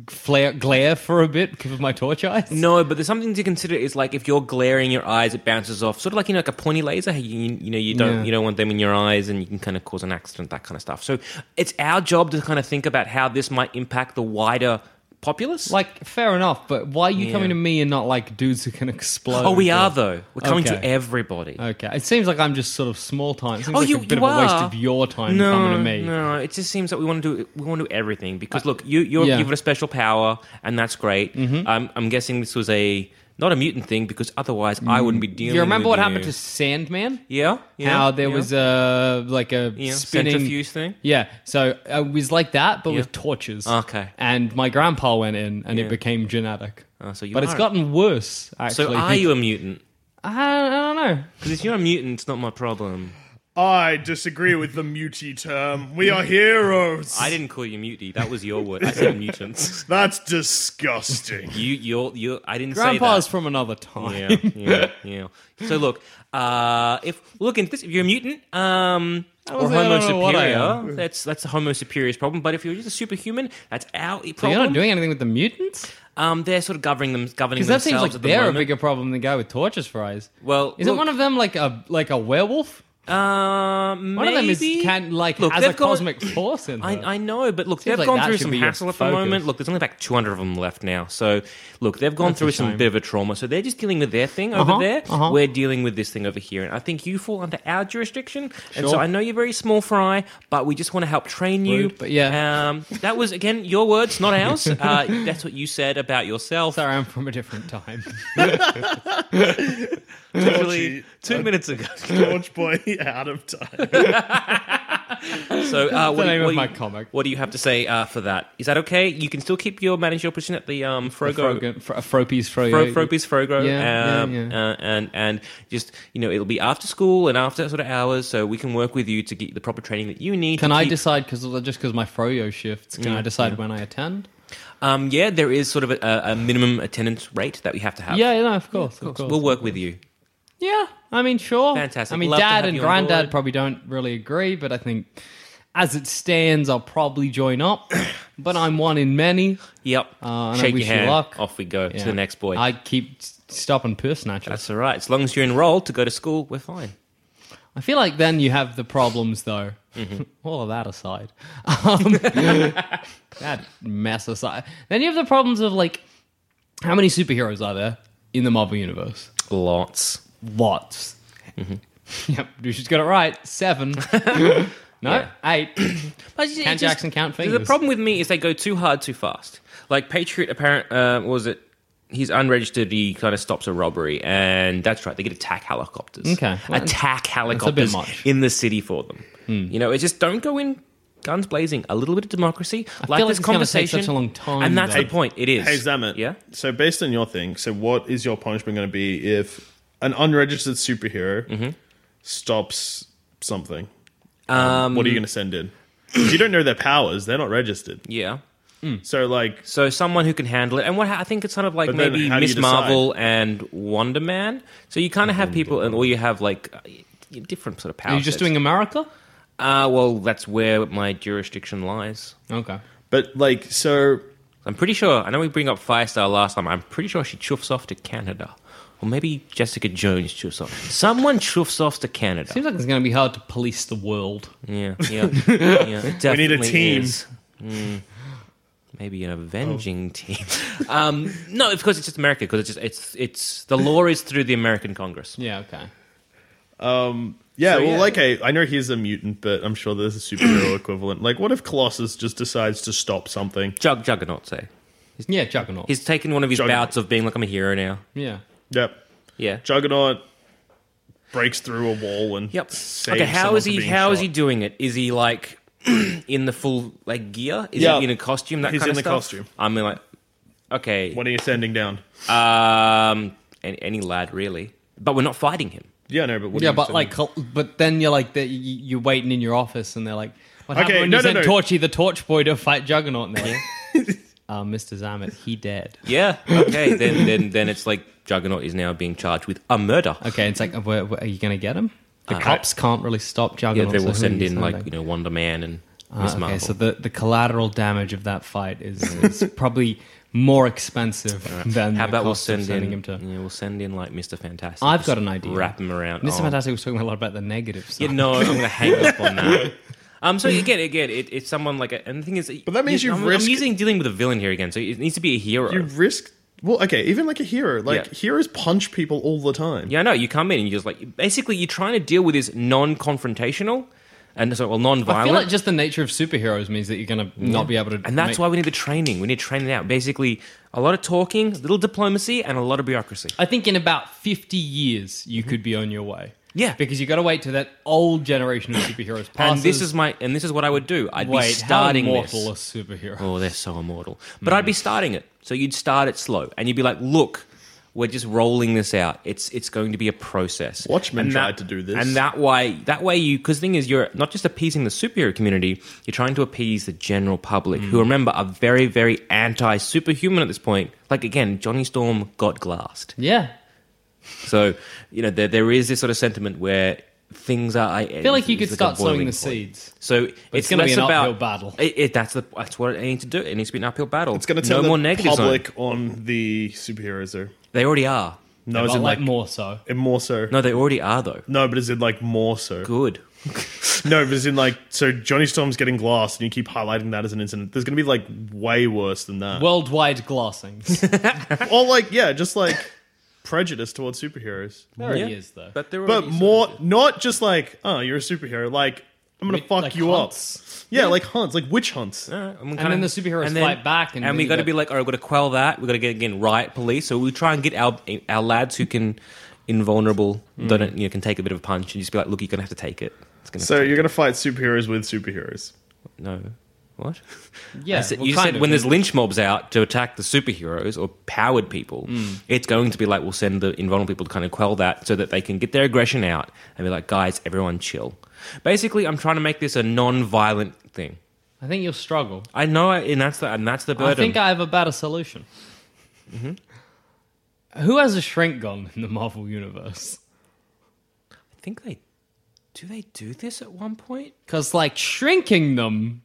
Speaker 4: flare glare for a bit because of my torch eyes?
Speaker 2: no, but there's something to consider. Is like if you're glaring your eyes, it bounces off, sort of like you know, like a pointy laser. how You, you know, you don't
Speaker 4: Yeah.
Speaker 2: you don't want them in your eyes, and you can kind of cause an accident, that kind of stuff. So it's our job to kind of think about how this might impact the wider populace.
Speaker 4: Like fair enough, but why are you
Speaker 2: Yeah.
Speaker 4: coming to me and not like dudes who can explode?
Speaker 2: oh, we
Speaker 4: or-
Speaker 2: are though. We're coming to
Speaker 4: Okay.
Speaker 2: everybody.
Speaker 4: Okay, it seems like I'm just sort of small time. It seems
Speaker 2: Oh,
Speaker 4: like
Speaker 2: you,
Speaker 4: a bit
Speaker 2: you
Speaker 4: of a waste
Speaker 2: are.
Speaker 4: of your time
Speaker 2: no,
Speaker 4: coming to me.
Speaker 2: No, it just seems that we want to do we want to do everything because look, you you're
Speaker 4: yeah. Mm-hmm.
Speaker 2: given a special power and that's great. I'm I'm guessing this was a not a mutant thing because otherwise I wouldn't be dealing.
Speaker 4: You remember
Speaker 2: with
Speaker 4: what
Speaker 2: you.
Speaker 4: happened to Sandman?
Speaker 2: yeah, yeah
Speaker 4: How there
Speaker 2: yeah.
Speaker 4: was a like a
Speaker 2: Yeah,
Speaker 4: spinning
Speaker 2: centrifuge thing?
Speaker 4: Yeah, so uh, it was like that, but
Speaker 2: Yeah.
Speaker 4: with torches.
Speaker 2: Okay.
Speaker 4: and my grandpa went in, and
Speaker 2: Yeah.
Speaker 4: it became genetic.
Speaker 2: Oh, so you
Speaker 4: but it's
Speaker 2: are-
Speaker 4: gotten worse.
Speaker 2: so
Speaker 4: Actually,
Speaker 2: are you a mutant?
Speaker 4: I, I don't know.
Speaker 2: Because if you're a mutant, it's not my problem.
Speaker 3: I disagree with the mutie term. We are heroes.
Speaker 2: I didn't call you mutie. That was your word. I said mutants.
Speaker 3: That's disgusting.
Speaker 2: You you're you. I didn't say that.
Speaker 4: Grandpa's from another time.
Speaker 2: yeah, yeah, yeah. So look, uh, if look into this, if you're a mutant, um, or
Speaker 4: was like, I
Speaker 2: Homo
Speaker 4: don't know what I
Speaker 2: superior,
Speaker 4: am.
Speaker 2: that's that's the Homo superior's problem. But if you're just a superhuman, that's our problem.
Speaker 4: But you're not doing anything with the mutants
Speaker 2: um, they're sort of governing them, governing
Speaker 4: because
Speaker 2: themselves
Speaker 4: that seems like
Speaker 2: at the
Speaker 4: they're a
Speaker 2: moment.
Speaker 4: bigger problem than the guy with torches for eyes.
Speaker 2: Well,
Speaker 4: isn't
Speaker 2: look,
Speaker 4: one of them like a like a werewolf?
Speaker 2: um,
Speaker 4: One of them
Speaker 2: maybe?
Speaker 4: is can like
Speaker 2: Look,
Speaker 4: has
Speaker 2: they've
Speaker 4: a
Speaker 2: gone-
Speaker 4: cosmic force in her.
Speaker 2: I, I know, but look,
Speaker 4: Seems
Speaker 2: they've
Speaker 4: like
Speaker 2: gone
Speaker 4: that
Speaker 2: through
Speaker 4: should
Speaker 2: some
Speaker 4: be your
Speaker 2: hassle at the
Speaker 4: focus.
Speaker 2: moment. Look, there's only like 200 of them left now. So, look, they've gone
Speaker 4: That's a
Speaker 2: through some
Speaker 4: shame.
Speaker 2: bit of a trauma. So they're just dealing with their thing
Speaker 4: Uh-huh,
Speaker 2: over there.
Speaker 4: uh-huh.
Speaker 2: We're dealing with this thing over here. And I think you fall under our jurisdiction. And so
Speaker 4: Sure.
Speaker 2: I know you're very small fry, but we just want to help train you.
Speaker 4: Rude, but yeah.
Speaker 2: Um, that was, again, your words, not ours. uh, that's what you said about yourself
Speaker 4: Sorry, I'm from a different time.
Speaker 2: literally two minutes ago.
Speaker 3: George Boy out of time.
Speaker 2: So, uh, what, do you-
Speaker 4: name of
Speaker 2: what do you,
Speaker 4: my comic.
Speaker 2: What do you have to say uh, for that? Is that okay? You can still keep your manager position at the um, Frogo.
Speaker 4: Frogan- Fro- Fropies, Fro-
Speaker 2: Fro, Fropies Frogro,
Speaker 4: Yeah,
Speaker 2: um,
Speaker 4: yeah, yeah.
Speaker 2: Uh, and and just you know it'll be after school and after sort of hours, so we can work with you to get you the proper training that you need.
Speaker 4: Can
Speaker 2: to
Speaker 4: I
Speaker 2: keep- Mm,
Speaker 4: decide because just because my froyo shifts? Can I decide when I attend?
Speaker 2: Um, yeah, there is sort of a- a, a minimum attendance rate that we have to have.
Speaker 4: Yeah, yeah, no, of course, of course.
Speaker 2: we'll work with you.
Speaker 4: yeah, I mean, sure.
Speaker 2: Fantastic.
Speaker 4: I mean,
Speaker 2: Love to have
Speaker 4: dad and
Speaker 2: you on
Speaker 4: granddad
Speaker 2: board.
Speaker 4: probably don't really agree, but I think as it stands, I'll probably join up. but I'm one in many.
Speaker 2: Yep.
Speaker 4: Uh, and I
Speaker 2: Shake
Speaker 4: wish
Speaker 2: your
Speaker 4: you
Speaker 2: hand.
Speaker 4: luck.
Speaker 2: Off we go
Speaker 4: Yeah.
Speaker 2: to the next boy.
Speaker 4: I keep s- stopping purse snatchers.
Speaker 2: That's all right. As long as you're enrolled to go to school, we're fine.
Speaker 4: I feel like then you have the problems, though. All of that aside, um, that mess aside, then you have the problems of like, how many superheroes are there in the Marvel universe?
Speaker 2: Lots.
Speaker 4: Lots. yep, she's got it right. Seven. no, eight.
Speaker 2: But you-
Speaker 4: Count
Speaker 2: it just-
Speaker 4: Jackson, count
Speaker 2: The
Speaker 4: fingers.
Speaker 2: problem with me is they go too hard too fast. Like Patriot, apparent uh, what was it? He's unregistered. He kind of stops a robbery, and that's right. They get attack helicopters.
Speaker 4: Okay. Well,
Speaker 2: attack
Speaker 4: bit
Speaker 2: helicopters
Speaker 4: much. Hmm.
Speaker 2: in the city for them. You know, it just don't go in guns blazing. A little bit of democracy. I like
Speaker 4: feel like
Speaker 2: this
Speaker 4: it's gonna take
Speaker 2: conversation
Speaker 4: such a long time,
Speaker 2: and that's
Speaker 4: though.
Speaker 2: the point. It is.
Speaker 3: Hey, Zamet.
Speaker 2: Yeah.
Speaker 3: So based on your thing, so what is your punishment going to be if an unregistered superhero
Speaker 2: Mm-hmm.
Speaker 3: stops something? Um, what are you going to send in? 'Cause you don't know their powers; they're not registered.
Speaker 2: Yeah. Mm.
Speaker 3: So, like,
Speaker 2: So someone who can handle it, and what I think it's kind of like
Speaker 3: But then
Speaker 2: maybe
Speaker 3: how do you
Speaker 2: Miss
Speaker 3: decide?
Speaker 2: Marvel and Wonder Man. So you kind of have people, and or you have like uh, different sort of powers.
Speaker 4: Are you just doing America?
Speaker 2: Ah, well, that's where my jurisdiction lies.
Speaker 4: Okay.
Speaker 3: but like, so
Speaker 2: I'm pretty sure. I know we bring up Firestar last time. I'm pretty sure she chuffs off to Canada, or maybe Jessica Jones chuffs off. Someone chuffs off to Canada.
Speaker 4: Seems like it's going to be hard to police the world.
Speaker 2: yeah, yeah, yeah. It
Speaker 3: We need a
Speaker 2: definitely
Speaker 3: team. Oh.
Speaker 2: is. Mm. Maybe an avenging team. Um, no, of course it's just America because it's just it's it's the law is through the American Congress.
Speaker 4: Yeah. Okay.
Speaker 3: yeah,
Speaker 2: So,
Speaker 3: well,
Speaker 2: yeah.
Speaker 3: like, hey, I know he's a mutant, but I'm sure there's a superhero equivalent. Like, what if Colossus just decides to stop something?
Speaker 2: Jug Juggernaut, say
Speaker 4: Yeah, Juggernaut.
Speaker 2: he's taken one of his
Speaker 3: Juggernaut.
Speaker 2: bouts of being like I'm a hero now.
Speaker 4: yeah.
Speaker 3: Yep,
Speaker 2: Yeah,
Speaker 3: Juggernaut breaks through a wall and
Speaker 2: Yep.
Speaker 3: saves
Speaker 2: okay. How
Speaker 3: someone
Speaker 2: is
Speaker 3: from
Speaker 2: he?
Speaker 3: being
Speaker 2: How is
Speaker 3: shot.
Speaker 2: he doing it? Is he like in the full like gear? Is
Speaker 3: Yeah.
Speaker 2: he in a costume? That
Speaker 3: He's
Speaker 2: kind
Speaker 3: in
Speaker 2: of
Speaker 3: the
Speaker 2: stuff?
Speaker 3: costume.
Speaker 2: I mean, like, okay.
Speaker 3: What are you sending down?
Speaker 2: Um, any, any lad really, but we're not fighting him.
Speaker 3: Yeah, no, but what
Speaker 4: Yeah,
Speaker 3: are you
Speaker 4: but
Speaker 3: sending?
Speaker 4: like, col- but then you're like, that you- you're waiting in your office, and they're like, "What happened
Speaker 3: Okay,
Speaker 4: when
Speaker 3: no,
Speaker 4: you
Speaker 3: no,
Speaker 4: sent
Speaker 3: no.
Speaker 4: Torchy the Torch Boy to fight Juggernaut?" And they're like, uh, "Mr. Zamet, he dead."
Speaker 2: Yeah. Okay. then then then it's like Juggernaut is now being charged with a murder.
Speaker 4: Okay, it's like, where, where- are you going to get him? The cops can't really
Speaker 2: Uh,
Speaker 4: stop
Speaker 2: Yeah,
Speaker 4: Juggernaut.
Speaker 2: they
Speaker 4: so
Speaker 2: will
Speaker 4: who
Speaker 2: send
Speaker 4: are
Speaker 2: in like you
Speaker 4: sending?
Speaker 2: know Wonder Man and
Speaker 4: Ah,
Speaker 2: Miss
Speaker 4: okay,
Speaker 2: Marvel.
Speaker 4: so the, the collateral damage of that fight is, is probably more expensive than
Speaker 2: how
Speaker 4: the
Speaker 2: about we'll
Speaker 4: cost
Speaker 2: send
Speaker 4: of
Speaker 2: in?
Speaker 4: sending him to.
Speaker 2: Yeah, we'll send in like Mister Fantastic.
Speaker 4: I've
Speaker 2: Just
Speaker 4: got an idea.
Speaker 2: Wrap him around.
Speaker 4: Mr.
Speaker 2: Oh.
Speaker 4: Fantastic was talking a lot about the negative side.
Speaker 2: Yeah, no, I'm going to hang up on that. Um, so again, again, it, it's someone like, a, and the thing is,
Speaker 3: But that means you
Speaker 2: I'm,
Speaker 3: risk-
Speaker 2: I'm using dealing with a villain here again, so it needs to be a hero.
Speaker 3: you risk well okay even like a hero like
Speaker 2: Yeah.
Speaker 3: heroes punch people all the time
Speaker 2: yeah, I know. You come in and you just like, basically, you're trying to deal with this non-confrontational and so well,
Speaker 4: I feel
Speaker 2: non-violent.
Speaker 4: like just the nature of superheroes means that you're going to not be able to.
Speaker 2: and that's
Speaker 4: make-
Speaker 2: why we need the training. We need training out. Basically, a lot of talking, little diplomacy, and a lot of bureaucracy.
Speaker 4: I think in about 50 years, you could be on your way.
Speaker 2: Yeah.
Speaker 4: Because you got to wait till that old generation of superheroes passes.
Speaker 2: And this is my, and this is what I would do. I'd
Speaker 4: Wait,
Speaker 2: be starting
Speaker 4: how
Speaker 2: this.
Speaker 4: immortal a superhero.
Speaker 2: Oh, they're so immortal. But I'd be
Speaker 3: Mm.
Speaker 2: starting it. So you'd start it slow and you'd be like, look, we're just rolling this out. It's it's going to be a process.
Speaker 3: Watchmen
Speaker 2: And
Speaker 3: tried to do this.
Speaker 2: And that way that way you because the thing is you're not just appeasing the superhero community, you're trying to appease the general public,
Speaker 3: Mm.
Speaker 2: who remember are very, very anti superhuman at this point. Like again, Johnny Storm got glassed.
Speaker 4: Yeah.
Speaker 2: So, you know, there there is this sort of sentiment where things are I
Speaker 4: I feel like you could
Speaker 2: a
Speaker 4: start sowing
Speaker 2: boiling
Speaker 4: the
Speaker 2: point.
Speaker 4: seeds.
Speaker 2: So
Speaker 4: it's gonna be
Speaker 2: less
Speaker 4: an
Speaker 2: about,
Speaker 4: uphill battle.
Speaker 2: It, it- that's the that's what it needs to do. It needs to be an uphill battle.
Speaker 3: it's going to
Speaker 2: to
Speaker 3: turn
Speaker 2: no more
Speaker 3: the
Speaker 2: negative
Speaker 3: public on the superheroes though
Speaker 2: They already are.
Speaker 3: no
Speaker 4: But
Speaker 3: as in
Speaker 4: like,
Speaker 3: like,
Speaker 4: more so.
Speaker 3: in more so no.
Speaker 2: No, they already are though.
Speaker 3: but as in like more so
Speaker 2: Good.
Speaker 3: no but as in like so johnny storm's getting glass and you keep highlighting that as an incident there's going to be like way worse than that
Speaker 4: Worldwide glassings.
Speaker 3: or like yeah just like prejudice towards superheroes
Speaker 4: there
Speaker 2: Yeah.
Speaker 4: it is, though.
Speaker 2: But they're
Speaker 3: but
Speaker 2: already
Speaker 3: more not just like oh you're a superhero like i'm going
Speaker 4: Like-
Speaker 3: to fuck
Speaker 4: like
Speaker 3: you
Speaker 4: hunts.
Speaker 3: up yeah, like hunts like witch hunts
Speaker 2: Sort of, and,
Speaker 4: then the superheroes fight back and
Speaker 2: and we
Speaker 4: then
Speaker 2: got to
Speaker 4: you
Speaker 2: be
Speaker 4: got-
Speaker 2: like, all right, we got to quell that. We got to get again riot police. So we try and get our
Speaker 4: Mm.
Speaker 2: our lads who can invulnerable, don't you know, can take a bit of a punch, and just be like, look, you're gonna have to take it. It's gonna
Speaker 3: So you're gonna fight superheroes with superheroes.
Speaker 2: no. What?
Speaker 4: Yeah,
Speaker 2: I said-
Speaker 4: well,
Speaker 2: you
Speaker 4: kind
Speaker 2: said
Speaker 4: of.
Speaker 2: when there's lynch mobs out to attack the superheroes or powered people,
Speaker 4: Mm.
Speaker 2: it's going to be like we'll send the invulnerable people to kind of quell that so that they can get their aggression out and be like, guys, everyone chill. Basically, I'm trying to make this a non-violent thing.
Speaker 4: I think you'll struggle.
Speaker 2: I know, I- and that's the and that's the burden.
Speaker 4: I think I have a better solution. Who has a shrink gun in the Marvel universe?
Speaker 2: I think they do they do this at one point.
Speaker 4: Because like shrinking them.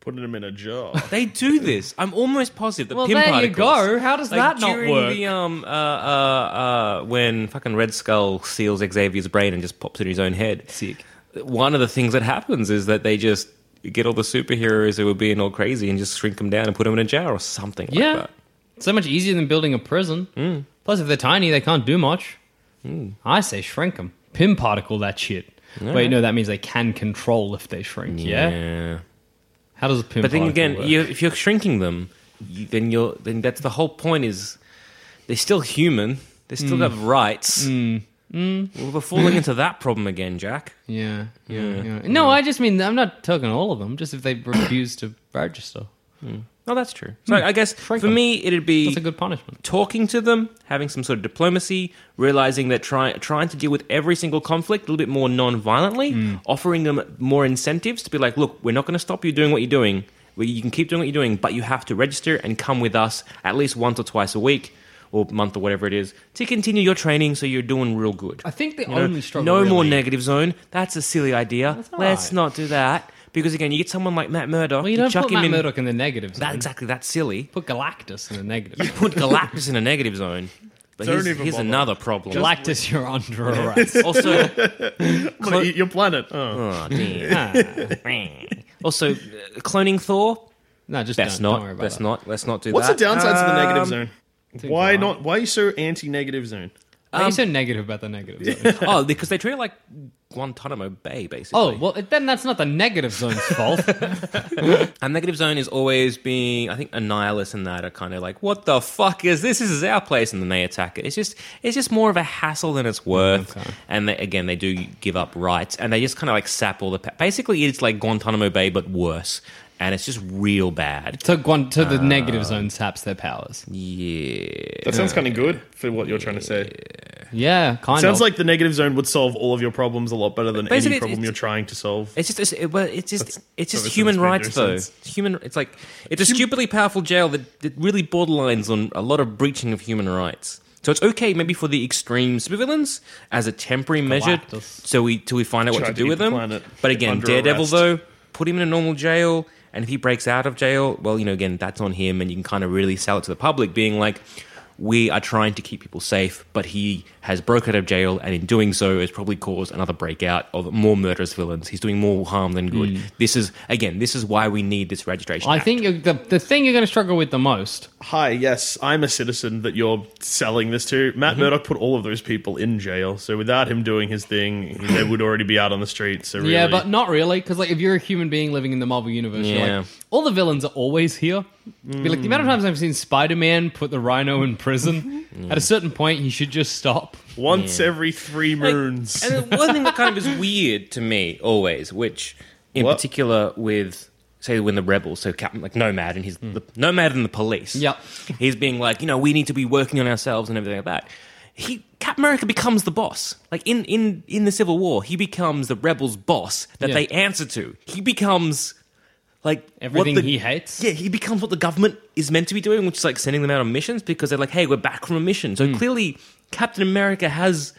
Speaker 3: Putting them in a jar.
Speaker 2: They do this. I'm almost positive. The
Speaker 4: Well,
Speaker 2: Pym
Speaker 4: there you
Speaker 2: particles.
Speaker 4: go. How does that not
Speaker 2: during
Speaker 4: work?
Speaker 2: The, um, uh, uh, uh, when fucking Red Skull seals Xavier's brain and just pops it in his own head.
Speaker 4: Sick.
Speaker 2: One of the things that happens is that they just get all the superheroes who are being all crazy and just shrink them down and put them in a jar or something
Speaker 4: Yeah,
Speaker 2: like that.
Speaker 4: It's so much easier than building a prison.
Speaker 2: Mm.
Speaker 4: Plus, if they're tiny, they can't do much. I say shrink them. Pin particle that shit. Wait, no, that means they can control if they shrink. Yeah. How does a pin?
Speaker 2: But then
Speaker 4: particle
Speaker 2: again,
Speaker 4: work?
Speaker 2: you, if you're shrinking them, you, then you're then that's the whole point is they're still human. They still
Speaker 4: Mm.
Speaker 2: have rights. Well, we're falling into that problem again, Jack.
Speaker 4: Yeah, yeah, yeah. No, I just mean I'm not talking all of them. Just if they refuse to register,
Speaker 2: No, that's true. So I guess
Speaker 4: Shrink
Speaker 2: for
Speaker 4: 'em.
Speaker 2: me, it'd be
Speaker 4: that's a good punishment.
Speaker 2: talking to them, having some sort of diplomacy, realizing that try, trying to deal with every single conflict a little bit more non-violently,
Speaker 4: Hmm.
Speaker 2: offering them more incentives to be like, look, we're not going to stop you doing what you're doing. We- You can keep doing what you're doing, but you have to register and come with us at least once or twice a week or month or whatever it is to continue your training so you're doing real good.
Speaker 4: I think the
Speaker 2: You know,
Speaker 4: only struggle.
Speaker 2: no more
Speaker 4: really-
Speaker 2: negative zone. That's a silly idea.
Speaker 4: not
Speaker 2: Let's
Speaker 4: right.
Speaker 2: not do that. Because again, you get someone like Matt Murdock,
Speaker 4: Well, you don't
Speaker 2: chuck
Speaker 4: put
Speaker 2: him
Speaker 4: Matt
Speaker 2: in.
Speaker 4: Murdock in the negatives.
Speaker 2: That, exactly, that's silly.
Speaker 4: Put Galactus in the negative.
Speaker 2: Put Galactus in a negative zone. But
Speaker 3: Don't
Speaker 2: here's,
Speaker 3: even
Speaker 2: here's
Speaker 3: bother.
Speaker 2: another problem.
Speaker 4: Galactus, you're under arrest.
Speaker 2: also,
Speaker 3: I'm gonna eat your planet. Oh.
Speaker 2: oh, damn. also, uh, cloning Thor.
Speaker 4: no, just
Speaker 2: That's
Speaker 4: don't,
Speaker 2: not.
Speaker 4: Don't worry about
Speaker 2: Let's
Speaker 4: that.
Speaker 2: not. Let's not do
Speaker 3: What's
Speaker 2: that.
Speaker 3: the downsides of the negative
Speaker 2: Um,
Speaker 3: zone? Why not? Why are you so anti-negative zone?
Speaker 4: Why are
Speaker 2: Um,
Speaker 4: you Oh, so negative about the negatives?
Speaker 2: oh, because they treat it like Guantanamo Bay, basically.
Speaker 4: oh well, then that's not the negative zone's fault.
Speaker 2: And negative zone is always being, I think, a nihilist and that are kind of like, what the fuck is this? This is our place, and then they attack it. It's just, it's just more of a hassle than it's worth. And they, again, they do give up rights, and they just kind of like sap all the. Pa- Basically, it's like Guantanamo Bay, but worse, and it's just real bad.
Speaker 4: to one to the negative
Speaker 2: Uh,
Speaker 4: zone saps their powers.
Speaker 2: Yeah,
Speaker 3: That sounds kind of good for what you're trying to say.
Speaker 4: Yeah, kind of.
Speaker 3: Sounds like the negative zone would solve all of your problems a lot better than
Speaker 2: Basically,
Speaker 3: any
Speaker 2: it's-
Speaker 3: problem
Speaker 2: it's-
Speaker 3: you're trying to solve.
Speaker 2: it's just, it's, it, well, it's just, it's just
Speaker 3: that
Speaker 2: human
Speaker 3: sounds pretty
Speaker 2: rights, though.
Speaker 3: sense.
Speaker 2: It's human, it's like it's a stupidly powerful jail that, that really borderlines on a lot of breaching of human rights. So it's okay, maybe for the extreme supervillains as a temporary measure,
Speaker 4: Galactus.
Speaker 2: so we till we find out what
Speaker 3: Tried
Speaker 2: to
Speaker 3: to
Speaker 2: do
Speaker 3: eat
Speaker 2: with
Speaker 3: the
Speaker 2: them.
Speaker 3: planet
Speaker 2: But again,
Speaker 3: under
Speaker 2: Daredevil
Speaker 3: arrest.
Speaker 2: though, put him in a normal jail, and if he breaks out of jail, well, you know, again, that's on him, and you can kind of really sell it to the public, being like, we are trying to keep people safe, but he has broke out of jail, and in doing so, has probably caused another breakout of more murderous villains. He's doing more harm than good. This is again, this is why we need this registration.
Speaker 4: Mm. I
Speaker 2: Act.
Speaker 4: think you're, the the thing you're going to struggle with the most.
Speaker 3: Hi, yes, I'm a citizen that you're selling this to. Matt
Speaker 2: Mm-hmm.
Speaker 3: Murdock put all of those people in jail, so without him doing his thing, they would already be out on the street. So really,
Speaker 4: Yeah, but not really, because like if you're a human being living in the Marvel universe, you're
Speaker 2: Yeah.
Speaker 4: like all the villains are always here. Be like the amount of times I've seen Spider-Man put the Rhino in prison.
Speaker 2: Mm-hmm.
Speaker 4: At a certain point, he should just stop.
Speaker 3: once every three
Speaker 2: Like,
Speaker 3: moons.
Speaker 2: and the one thing that kind of is weird to me always, which in
Speaker 3: What?
Speaker 2: particular with say when the rebels, so Captain like Nomad and he's
Speaker 4: Hmm.
Speaker 2: the, Nomad and the police.
Speaker 4: Yep.
Speaker 2: he's being like, you know, we need to be working on ourselves and everything like that. He Captain America becomes the boss. Like in in in the Civil War, he becomes the rebels' boss that
Speaker 4: Yeah.
Speaker 2: they answer to. He becomes. Like what
Speaker 4: Everything
Speaker 2: the-
Speaker 4: he hates?
Speaker 2: yeah, he becomes what the government is meant to be doing, which is like sending them out on missions because they're like, "Hey, we're back from a mission."
Speaker 4: Hmm.
Speaker 2: So clearly, Captain America has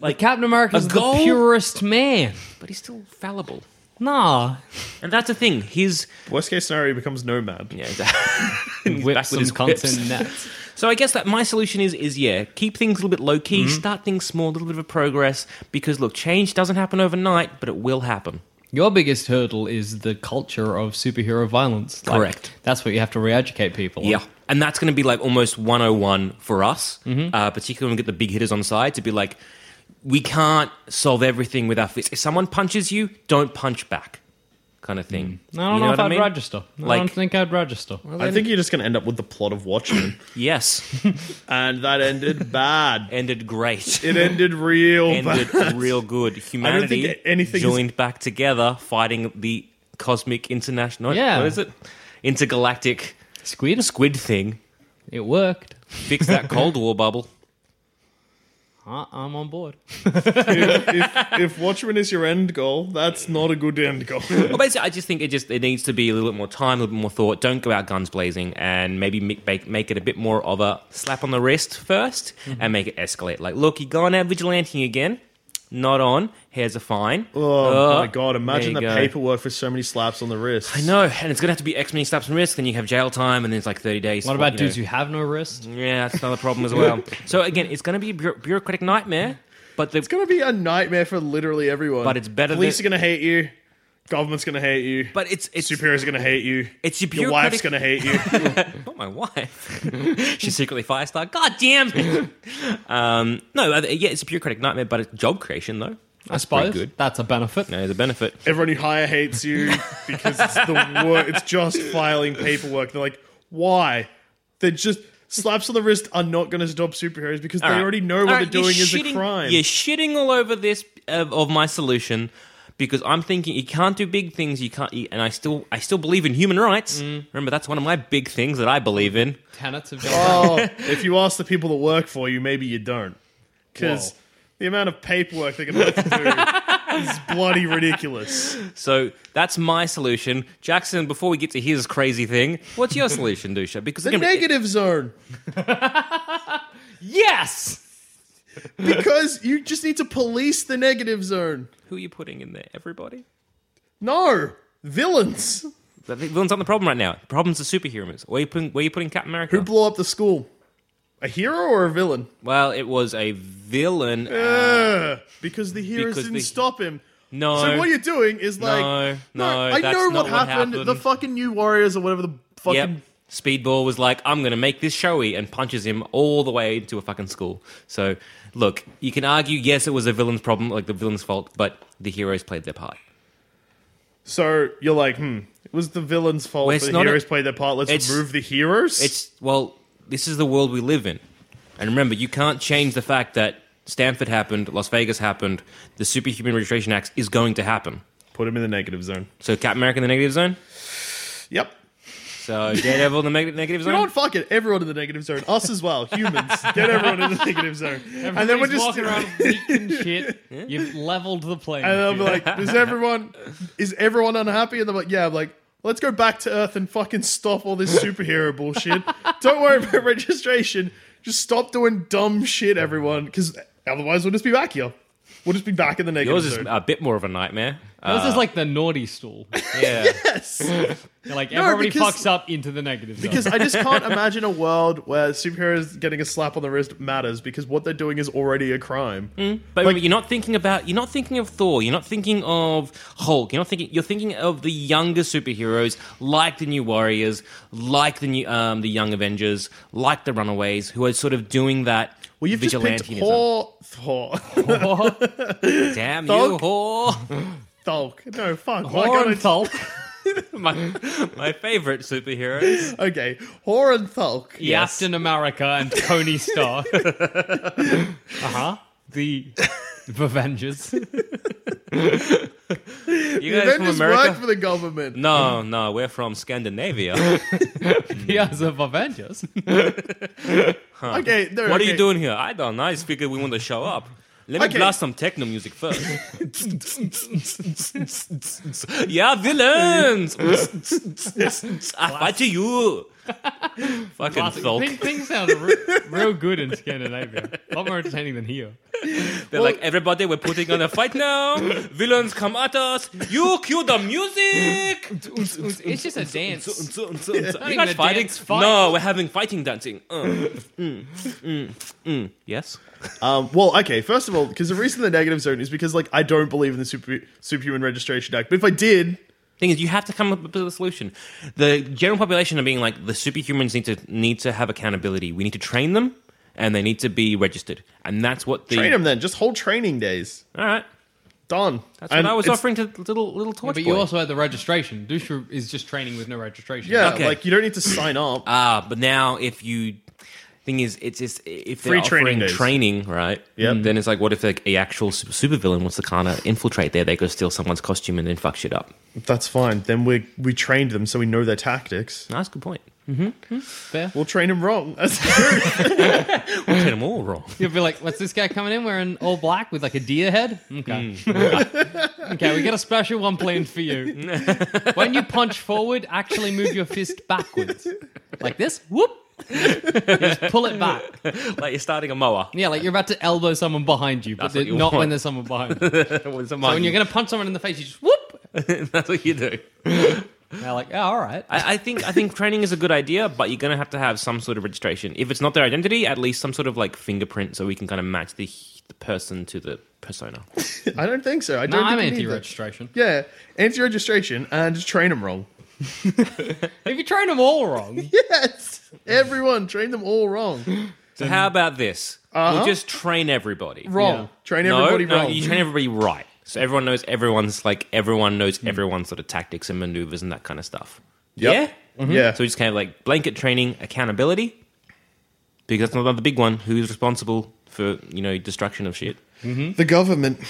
Speaker 2: like
Speaker 4: Captain America's
Speaker 2: A
Speaker 4: the
Speaker 2: goal?
Speaker 4: purest man.
Speaker 2: but he's still fallible.
Speaker 4: Nah,
Speaker 2: And that's the thing. He's
Speaker 3: Worst case scenario, he becomes nomad.
Speaker 2: yeah, exactly.
Speaker 4: whip some cunts in nets.
Speaker 2: So I guess that my solution is is yeah, keep things a little bit low
Speaker 4: Hmm.
Speaker 2: key, start things small, a little bit of a progress. Because look, change doesn't happen overnight, but it will happen.
Speaker 4: Your biggest hurdle is the culture of superhero violence. Like,
Speaker 2: Correct.
Speaker 4: That's what you have to re-educate people. on.
Speaker 2: and that's going to be like almost 101 for us,
Speaker 4: Mm-hmm.
Speaker 2: uh, particularly when we get the big hitters on side to be like, we can't solve everything with our fists. If someone punches you, don't punch back.
Speaker 5: kind of thing.
Speaker 4: Mm. I don't
Speaker 5: You
Speaker 4: know, if
Speaker 5: what
Speaker 4: I'd
Speaker 5: mean?
Speaker 4: register. I
Speaker 5: Like-
Speaker 4: don't think I'd register.
Speaker 3: I think you're just going to end up with the plot of Watchmen,
Speaker 5: Yes,
Speaker 3: and that ended bad.
Speaker 5: ended great.
Speaker 3: It ended real
Speaker 5: ended
Speaker 3: bad.
Speaker 2: real good. Humanity
Speaker 3: think anything is-
Speaker 2: joined back together, fighting the cosmic international.
Speaker 4: Yeah.
Speaker 2: what is it? Intergalactic
Speaker 4: Squid.
Speaker 2: squid thing.
Speaker 4: It worked.
Speaker 2: Fix that Cold War bubble.
Speaker 4: I, I'm on board.
Speaker 3: If Watchmen is your end goal, that's not a good end goal.
Speaker 2: Well, basically, I just think it just it needs to be a little bit more time, a little bit more thought. Don't go out guns blazing, and maybe mi- make make it a bit more of a slap on the wrist 1st and make it escalate. Like, look, you're going out vigilanting again. Not on. Here's a fine.
Speaker 3: Oh
Speaker 2: Uh,
Speaker 3: my god! Imagine the
Speaker 2: there you go.
Speaker 3: paperwork for so many slaps on the wrist.
Speaker 2: I know, and it's gonna have to be X many slaps on the wrist. Then you have jail time, and then it's like thirty days.
Speaker 4: What
Speaker 2: for,
Speaker 4: about
Speaker 2: you know-
Speaker 4: dudes who have no wrist?
Speaker 2: Yeah, that's another problem as well. so again, it's going to be a bureau- bureaucratic nightmare, but the
Speaker 3: It's gonna be a nightmare for literally everyone.
Speaker 2: But it's better
Speaker 3: Police
Speaker 2: than-
Speaker 3: are gonna hate you. Government's gonna hate you.
Speaker 2: but it's it's
Speaker 3: Superiors are gonna hate you.
Speaker 2: It's your
Speaker 3: your wife's
Speaker 2: bureaucratic-
Speaker 3: gonna hate you.
Speaker 2: not Oh, my wife. She's secretly Firestar. God damn it! um, no, uh, yeah, it's a bureaucratic nightmare, but it's job creation though.
Speaker 4: I
Speaker 2: That's pretty
Speaker 4: suppose
Speaker 2: good.
Speaker 4: that's a benefit.
Speaker 2: No, there's a benefit.
Speaker 3: Everyone who hire hates you because it's the wor- it's just filing paperwork. They're like, why? They're just slaps on the wrist are not gonna stop superheroes because they
Speaker 2: All right.
Speaker 3: already know
Speaker 2: All
Speaker 3: what
Speaker 2: right,
Speaker 3: they're doing
Speaker 2: you're
Speaker 3: is
Speaker 2: shitting-
Speaker 3: a crime.
Speaker 2: You're shitting all over this uh, of my solution because I'm thinking you can't do big things. You can't, you, and I still I still believe in human rights.
Speaker 3: Mm.
Speaker 2: Remember, that's one of my big things that I believe in.
Speaker 4: Tenets of
Speaker 3: oh, if you ask the people that work for you, maybe you don't. Because
Speaker 4: Whoa.
Speaker 3: the amount of paperwork they're gonna have to do is bloody ridiculous.
Speaker 2: So that's my solution, Jackson. Before we get to his crazy thing, what's your solution, Dusha? Because
Speaker 3: The
Speaker 2: again,
Speaker 3: negative zone.
Speaker 4: yes.
Speaker 3: Because you just need to police the negative zone.
Speaker 2: who are you putting in there? Everybody.
Speaker 3: No, villains
Speaker 2: The the villains aren't the problem right now. The problem's the superhumans. Where are you putting? Where are you putting Captain America?
Speaker 3: who blow up the school. A hero or a villain?
Speaker 2: well, it was a villain.
Speaker 3: Uh, because the heroes
Speaker 2: because
Speaker 3: didn't
Speaker 2: the-
Speaker 3: stop him.
Speaker 2: No.
Speaker 3: So what you're doing is like,
Speaker 2: No, no,
Speaker 3: I
Speaker 2: that's
Speaker 3: know
Speaker 2: not
Speaker 3: what
Speaker 2: what
Speaker 3: happened. The
Speaker 2: happened.
Speaker 3: fucking new warriors or whatever the fucking.
Speaker 2: Yep. Speedball was like, I'm going to make this showy, and punches him all the way into a fucking school. So, look, you can argue, yes, it was a villain's problem, like the villain's fault, but the heroes played their part.
Speaker 3: So you're like, hmm, it was the villain's fault.
Speaker 2: Well,
Speaker 3: that
Speaker 2: it's
Speaker 3: the
Speaker 2: not a-
Speaker 3: heroes played their part. Let's
Speaker 2: it's-
Speaker 3: remove the heroes.
Speaker 2: It's well, this is the world we live in, and remember, you can't change the fact that Stanford happened, Las Vegas happened, the Superhuman Registration Act is going to happen.
Speaker 3: put him in the negative zone.
Speaker 2: So, Captain America in the negative zone.
Speaker 3: Yep.
Speaker 2: So, Daredevil in the neg- negative
Speaker 3: You know
Speaker 2: zone.
Speaker 3: what? Fuck it. Everyone in the negative zone. Us as well. Humans. Get everyone in the negative zone. and then we're
Speaker 4: He's
Speaker 3: just
Speaker 4: walking around weak and shit. You've leveled the plane.
Speaker 3: And I'll be like, does everyone is everyone unhappy? And they're like, yeah. I'm like, let's go back to Earth and fucking stop all this superhero bullshit. Don't worry about registration. Just stop doing dumb shit, everyone, because otherwise we'll just be back here. We'll just be back in the negative
Speaker 2: Yours is
Speaker 3: zone.
Speaker 2: a bit more of a nightmare. Uh,
Speaker 4: this is like the naughty stool.
Speaker 2: yeah.
Speaker 4: You're like everybody
Speaker 3: because-
Speaker 4: fucks up into the negative. Zone.
Speaker 3: Because I just can't imagine a world where superheroes getting a slap on the wrist matters because what they're doing is already a crime.
Speaker 2: But remember, you're not thinking about you're not thinking of Thor, you're not thinking of Hulk, you're not thinking you're thinking of the younger superheroes like the New Warriors, like the new um, the Young Avengers, like the Runaways, who are sort of doing that.
Speaker 3: Well, you've just picked
Speaker 2: vigilantism.
Speaker 3: Thor, Thor,
Speaker 2: Damn you,
Speaker 3: Thulk.
Speaker 2: whore!
Speaker 3: Thulk. No, fuck. Why can't I
Speaker 4: Horn Thulk.
Speaker 2: my, my favorite superheroes.
Speaker 3: Okay, Whore and Thulk.
Speaker 4: Captain America and Tony Stark. uh huh. The Avengers.
Speaker 2: You
Speaker 3: The
Speaker 2: guys from
Speaker 3: Avengers work
Speaker 2: America?
Speaker 3: for the government.
Speaker 2: no, no, we're from Scandinavia.
Speaker 4: The other Avengers.
Speaker 3: Okay, no,
Speaker 2: what are you
Speaker 3: okay.
Speaker 2: doing here? I don't know. I just figured we want to show up. Let me
Speaker 3: Okay.
Speaker 2: blast some techno music first. yeah, villains! I fight to you! Fucking
Speaker 4: Things,
Speaker 2: thulk.
Speaker 4: things sound re- real good in Scandinavia. A lot more entertaining than here.
Speaker 2: They're like, everybody, we're putting on a fight now. Villains come at us. You cue the music!
Speaker 4: It's just a dance.
Speaker 2: you
Speaker 4: even
Speaker 2: guys
Speaker 4: a
Speaker 2: fighting?
Speaker 4: dance fight.
Speaker 2: No, we're having fighting dancing. Uh, mm, mm, mm. Yes?
Speaker 3: Um, well, okay. First of all, because the reason the negative zone is because like I don't believe in the super, superhuman registration act. But if I did,
Speaker 2: thing is you have to come up with a solution the general population are being like the superhumans need to need to have accountability we need to train them and they need to be registered and that's what the
Speaker 3: train them then. Just hold training days.
Speaker 2: all right
Speaker 3: Done.
Speaker 2: That's what
Speaker 3: And
Speaker 2: I was
Speaker 3: it's-
Speaker 2: offering to little little torch
Speaker 4: but
Speaker 2: boy.
Speaker 4: you also had the registration. Dusha is just training with no registration.
Speaker 3: Yeah,
Speaker 2: Okay.
Speaker 3: like you don't need to sign up.
Speaker 2: Ah, but now if you thing is, it's just if they're
Speaker 3: Free
Speaker 2: offering
Speaker 3: training
Speaker 2: training,
Speaker 3: days.
Speaker 2: right?
Speaker 3: Yep.
Speaker 2: Then it's like, what if like, a actual su- supervillain wants to kind of infiltrate there? They go steal someone's costume and then fuck shit up.
Speaker 3: That's fine. Then we we trained them, so we know their tactics.
Speaker 2: Nice, good point.
Speaker 3: We'll train them wrong. That's
Speaker 2: We did them all wrong.
Speaker 4: You'll be like, what's this guy coming in wearing all black with like a deer head? Okay. okay, we got a special one planned for you. when you punch forward, actually move your fist backwards. Like this? Whoop! You just pull it back.
Speaker 2: like you're starting a mower.
Speaker 4: Yeah, like you're about to elbow someone behind you, but
Speaker 2: That's what
Speaker 4: they're-
Speaker 2: you
Speaker 4: not
Speaker 2: want.
Speaker 4: when there's someone behind you. So
Speaker 2: When
Speaker 4: when you're going to punch someone in the face, you just whoop!
Speaker 2: that's what you do.
Speaker 4: And they're like, oh, all right.
Speaker 2: I, I think I think training is a good idea, but you're gonna have to have some sort of registration. If it's not their identity, at least some sort of like fingerprint, so we can kind of match the the person to the persona.
Speaker 3: I don't think so. I
Speaker 4: No,
Speaker 3: don't.
Speaker 4: I'm
Speaker 3: think we need
Speaker 4: anti
Speaker 3: that.
Speaker 4: registration.
Speaker 3: Yeah, anti-registration and train them wrong.
Speaker 4: If you train them all wrong,
Speaker 3: Yes, everyone train them all wrong.
Speaker 2: So how about this? We'll just train everybody.
Speaker 4: wrong.
Speaker 3: Uh-huh. Train everybody
Speaker 2: no,
Speaker 3: wrong.
Speaker 2: you train everybody right. So everyone knows everyone's like everyone knows
Speaker 3: Hmm.
Speaker 2: everyone's sort of tactics and maneuvers and that kind of stuff.
Speaker 3: Yep. Mm-hmm.
Speaker 2: Yeah.
Speaker 3: Yeah.
Speaker 2: So we just kind of like blanket training, accountability, because that's another big one. Who's responsible for you know destruction of shit?
Speaker 3: the government,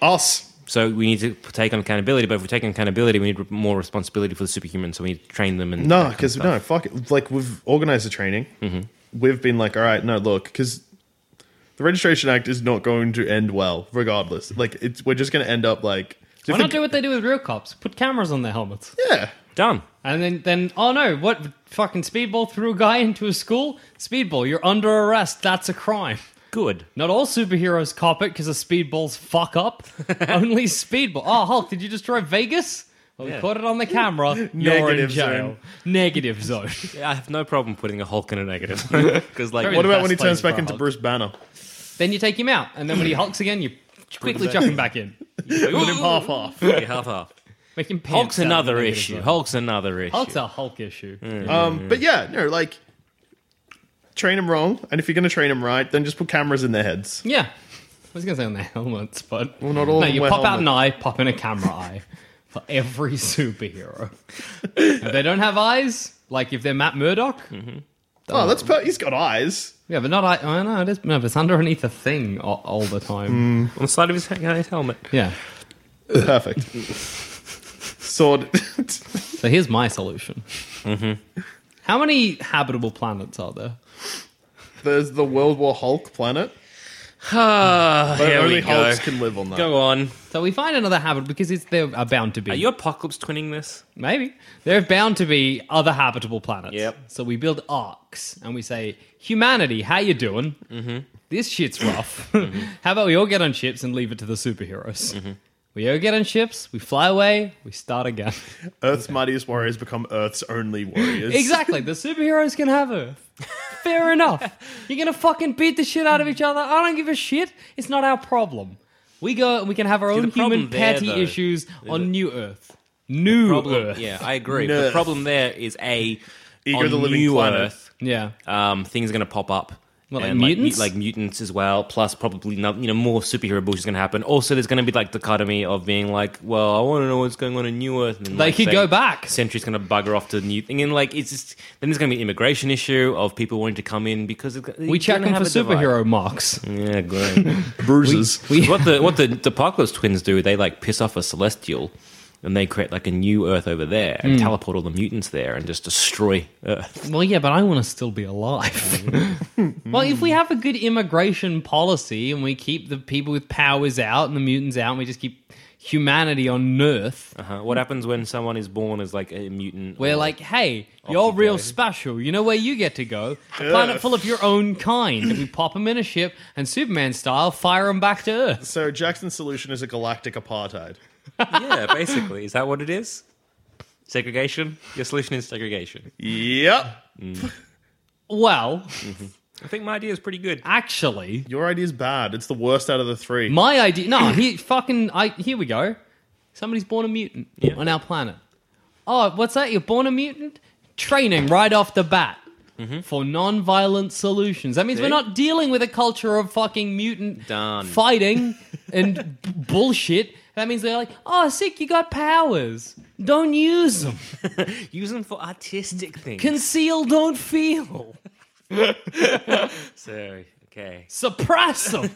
Speaker 3: us.
Speaker 2: So we need to take on accountability. But if we take on accountability, we need more responsibility for the superhuman. So we need to train them and that
Speaker 3: No,
Speaker 2: kind of
Speaker 3: because
Speaker 2: stuff.
Speaker 3: no, fuck it. Like we've organized the training.
Speaker 4: Mm-hmm.
Speaker 3: We've been like, all right, no, look, because the Registration Act is not going to end well, regardless. Like it's, we're just going to end up like,
Speaker 4: why not do what they do with real cops? Put cameras on their helmets.
Speaker 3: yeah,
Speaker 2: done.
Speaker 4: And then, then oh no, what fucking speedball threw a guy into a school? Speedball, you're under arrest. That's a crime.
Speaker 2: Good.
Speaker 4: Not all superheroes cop it because of speedball's fuck up. Only speedball. Oh, Hulk, did you destroy Vegas? Well, we caught it on the camera. You're in
Speaker 3: Negative
Speaker 4: jail.
Speaker 3: zone.
Speaker 4: Negative zone.
Speaker 2: Yeah, I have no problem putting a Hulk in a negative because like
Speaker 4: Very
Speaker 3: What
Speaker 4: the
Speaker 3: about when
Speaker 4: best
Speaker 3: he turns
Speaker 4: place
Speaker 3: back
Speaker 4: for
Speaker 3: into
Speaker 4: Hulk.
Speaker 3: Bruce Banner?
Speaker 4: then you take him out, and then when he hulks again, you quickly chuck him back in.
Speaker 3: Put him half off.
Speaker 2: Yeah, half half.
Speaker 4: Make him. pants
Speaker 2: Hulk's
Speaker 4: out of
Speaker 2: another
Speaker 4: negative
Speaker 2: issue.
Speaker 4: zone.
Speaker 2: Hulk's another issue.
Speaker 4: Hulk's a Hulk issue.
Speaker 3: Um,
Speaker 2: Mm-hmm.
Speaker 3: but yeah, no, like train them wrong, and if you're going to train them right, then just put cameras in their heads.
Speaker 4: Yeah. I was gonna say on the helmets, but well,
Speaker 3: not all of
Speaker 4: No,
Speaker 3: them
Speaker 4: you
Speaker 3: wear
Speaker 4: pop out an eye, pop in a camera eye for every superhero. if they don't have eyes, like if they're Matt Murdock,
Speaker 3: Oh, that's per- he's got eyes.
Speaker 4: yeah, but not eye. Oh no, it is, no, but it's underneath a thing all, all the time.
Speaker 2: on the side of his, his helmet.
Speaker 4: Yeah.
Speaker 3: Perfect. Sword.
Speaker 4: So here's my solution.
Speaker 2: Mm-hmm.
Speaker 4: How many habitable planets are there?
Speaker 3: There's the World War Hulk planet,
Speaker 2: Ah,
Speaker 3: but
Speaker 2: here
Speaker 3: only
Speaker 2: we go.
Speaker 3: Hulks can live on that.
Speaker 2: Go on.
Speaker 4: So we find another habit because it's, there are bound to be.
Speaker 2: Are you apocalypse twinning this?
Speaker 4: Maybe. There are bound to be other habitable planets.
Speaker 2: Yep.
Speaker 4: So we build arcs and we say, humanity, how you doing? Mm-hmm. This shit's rough. how about we all get on ships and leave it to the superheroes?
Speaker 2: Mm-hmm.
Speaker 4: We all get on ships, we fly away, we start again.
Speaker 3: Earth's mightiest warriors become Earth's only warriors.
Speaker 4: exactly. The superheroes can have Earth. Fair enough. You're going to fucking beat the shit out of each other. I don't give a shit. It's not our problem. We go and we can have our
Speaker 2: the
Speaker 4: own human
Speaker 2: problem there,
Speaker 4: petty
Speaker 2: though,
Speaker 4: issues on New Earth. New Earth.
Speaker 2: Yeah, I agree.
Speaker 3: Nerf.
Speaker 2: The problem there is a
Speaker 3: Ego
Speaker 2: on
Speaker 3: the living
Speaker 2: New
Speaker 3: planet.
Speaker 2: Earth,
Speaker 4: Yeah.
Speaker 2: um, things are going to pop up.
Speaker 4: What, like
Speaker 2: And, mu-
Speaker 4: mutants?
Speaker 2: like mutants as well. Plus, probably not, you know more superhero bullshit is going to happen. Also, there's going to be like dichotomy of being like, well, I want to know what's going on in New Earth. And, then,
Speaker 4: They
Speaker 2: like,
Speaker 4: could
Speaker 2: say,
Speaker 4: go back.
Speaker 2: Sentry's going to bugger off to the new thing, and like it's just then there's going to be an immigration issue of people wanting to come in because it's,
Speaker 4: We check them for superhero marks.
Speaker 2: Yeah, great.
Speaker 3: Bruises.
Speaker 4: We,
Speaker 2: what the what the, the apocalypse twins do? They like piss off a celestial, and they create like a new Earth over there
Speaker 4: Hmm.
Speaker 2: and teleport all the mutants there and just destroy Earth.
Speaker 4: well, yeah, but I want to still be alive. well, if we have a good immigration policy and we keep the people with powers out and the mutants out, and we just keep humanity on Earth,
Speaker 2: Uh-huh. What happens when someone is born as like a mutant?
Speaker 4: we're
Speaker 2: or-
Speaker 4: like, hey, you're real special. You know where you get to go? A planet full of your own kind. And we pop them in a ship and Superman style fire them back to Earth.
Speaker 3: so Jackson's solution is a galactic apartheid.
Speaker 2: yeah, basically, is that what it is? Segregation. Your solution is segregation.
Speaker 3: Yep.
Speaker 4: Well,
Speaker 2: I think my idea is pretty good.
Speaker 4: actually,
Speaker 3: Your idea's bad. It's the worst out of the three.
Speaker 4: My idea. No, he fucking. I here we go. Somebody's born a mutant on our planet. Oh, what's that? You're born a mutant? Training right off the bat. for non-violent solutions. That means we're not dealing with a culture of fucking mutant
Speaker 2: Done.
Speaker 4: fighting and b- bullshit. That means they're like, oh, sick, you got powers. Don't use them.
Speaker 2: Use them for artistic things.
Speaker 4: Conceal, don't feel.
Speaker 2: so, okay.
Speaker 4: Suppress them.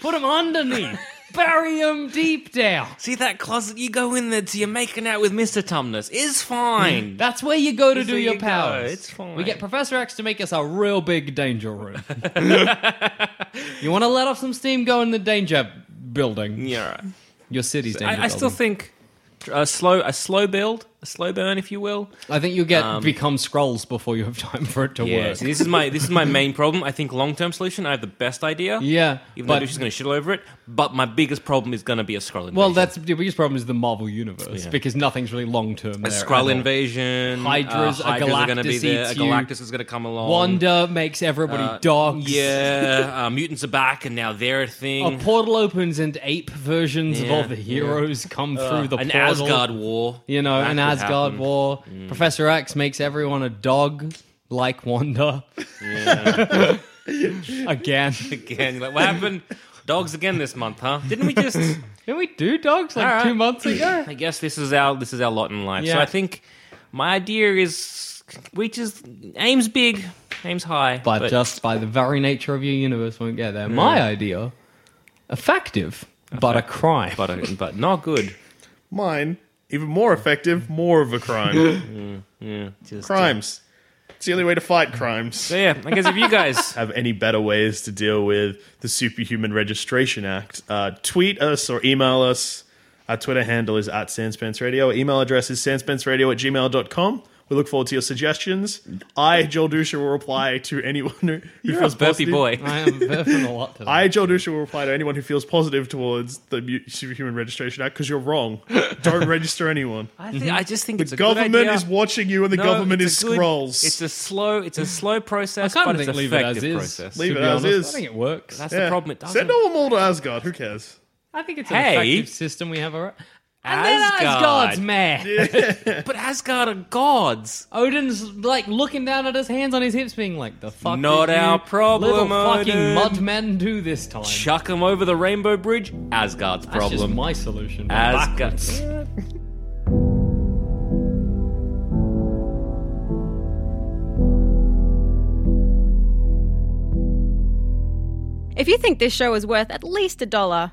Speaker 4: Put them underneath. Bury them deep down.
Speaker 2: See that closet you go in there to you're making out with Mr. Tumnus is fine.
Speaker 4: That's where you go to
Speaker 2: That's
Speaker 4: do
Speaker 2: where
Speaker 4: your
Speaker 2: you go.
Speaker 4: powers.
Speaker 2: It's fine.
Speaker 4: We get Professor X to make us a real big danger room. you want to let off some steam? Go in the danger building.
Speaker 2: yeah, right.
Speaker 4: Your city's danger
Speaker 2: I, I still
Speaker 4: building.
Speaker 2: think a slow a slow build, a slow burn, if you will.
Speaker 4: I think you get become scrolls before you have time for it to
Speaker 2: Um, Yeah.
Speaker 4: work.
Speaker 2: See, this is my this is my main problem. I think long term solution. I have the best idea.
Speaker 4: yeah,
Speaker 2: Even
Speaker 4: but
Speaker 2: though she's going to shit all over it, but my biggest problem is going to be a Skrull invasion.
Speaker 4: well, that's the biggest problem is the Marvel universe because nothing's really long term.
Speaker 2: a Skrull invasion.
Speaker 4: Hydras,
Speaker 2: uh,
Speaker 4: a
Speaker 2: Hydras are gonna be
Speaker 4: Galactus
Speaker 2: there.
Speaker 4: eats
Speaker 2: a
Speaker 4: you.
Speaker 2: Galactus is going to come along.
Speaker 4: Wanda makes everybody
Speaker 2: Uh,
Speaker 4: dogs.
Speaker 2: Yeah, uh, mutants are back, and now they're a
Speaker 4: A
Speaker 2: thing.
Speaker 4: portal opens and ape versions of
Speaker 2: Yeah,
Speaker 4: all the heroes come through the
Speaker 2: an
Speaker 4: portal.
Speaker 2: Asgard war.
Speaker 4: You know,
Speaker 2: That
Speaker 4: an
Speaker 2: could
Speaker 4: Asgard
Speaker 2: happen. Mm.
Speaker 4: war. Professor X makes everyone a dog like Wanda. Again.
Speaker 2: again. Like, what happened? Dogs again this month, huh? Didn't we just?
Speaker 4: Didn't we do dogs like
Speaker 2: Alright.
Speaker 4: two months ago?
Speaker 2: I guess this is our this is our lot in life. So
Speaker 4: Yeah.
Speaker 2: I think my idea is reaches aims big, aims high,
Speaker 4: But, just by the very nature of your universe won't get there. My idea effective, but a crime.
Speaker 2: but uh, but not good.
Speaker 3: Mine, even more effective, more of a crime.
Speaker 2: Just,
Speaker 3: crimes. It's the only way to fight crimes.
Speaker 2: So yeah, I guess if you guys
Speaker 3: Have any better ways to deal with the Superhuman Registration Act? Uh, tweet us or email us. Our Twitter handle is at Sanspence Radio. Our email address is sanspenceradio at gmail.com. We look forward to your suggestions. I, Joel Dusha, will reply to anyone who
Speaker 2: you're a
Speaker 3: feels
Speaker 2: burpy
Speaker 3: positive-
Speaker 2: boy.
Speaker 4: I am burping a lot today.
Speaker 3: I, Joel Dusha, will reply to anyone who feels positive towards the Mu- Superhuman Registration Act because you're wrong. Don't register anyone.
Speaker 2: I, think, I just think it's
Speaker 3: The
Speaker 2: a
Speaker 3: government
Speaker 2: good idea.
Speaker 3: is watching you, and the
Speaker 2: No,
Speaker 3: government
Speaker 2: it's
Speaker 3: is
Speaker 2: a good-
Speaker 3: scrolls.
Speaker 2: It's a slow, it's a slow process,
Speaker 4: I
Speaker 2: but
Speaker 4: kind of
Speaker 2: it's
Speaker 4: think leave it as
Speaker 2: effective
Speaker 4: is.
Speaker 2: process.
Speaker 3: Leave
Speaker 4: to
Speaker 3: it
Speaker 4: be
Speaker 3: as
Speaker 4: honest.
Speaker 3: is.
Speaker 4: I think it works.
Speaker 2: That's
Speaker 3: Yeah.
Speaker 2: the problem. It doesn't.
Speaker 3: Send all them all to Asgard. Who cares?
Speaker 4: I think it's an
Speaker 2: Hey.
Speaker 4: effective system we have. Our- and then
Speaker 2: Asgard.
Speaker 4: Asgard's mad.
Speaker 2: But Asgard are gods.
Speaker 4: Odin's like looking down at his hands on his hips, being like, "The fuck,
Speaker 2: Not
Speaker 4: did you
Speaker 2: our problem,
Speaker 4: Little fucking
Speaker 2: Odin."
Speaker 4: mud men do this time."
Speaker 2: Chuck them over the rainbow bridge. Asgard's
Speaker 4: That's just
Speaker 2: problem.
Speaker 4: my solution.
Speaker 2: Asgard.
Speaker 6: If you think this show is worth at least a dollar,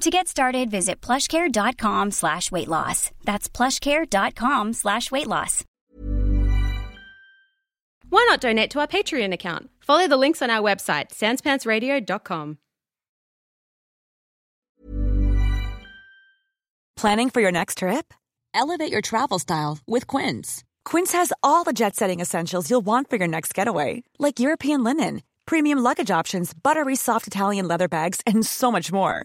Speaker 7: To get started, visit plushcare.com slash weight loss. That's plushcare.com slash weight loss.
Speaker 6: Why not donate to our Patreon account? Follow the links on our website, sanspantsradio.com.
Speaker 8: Planning for your next trip? Elevate your travel style with Quince. Quince has all the jet setting essentials you'll want for your next getaway, like European linen, premium luggage options, buttery soft Italian leather bags, and so much more.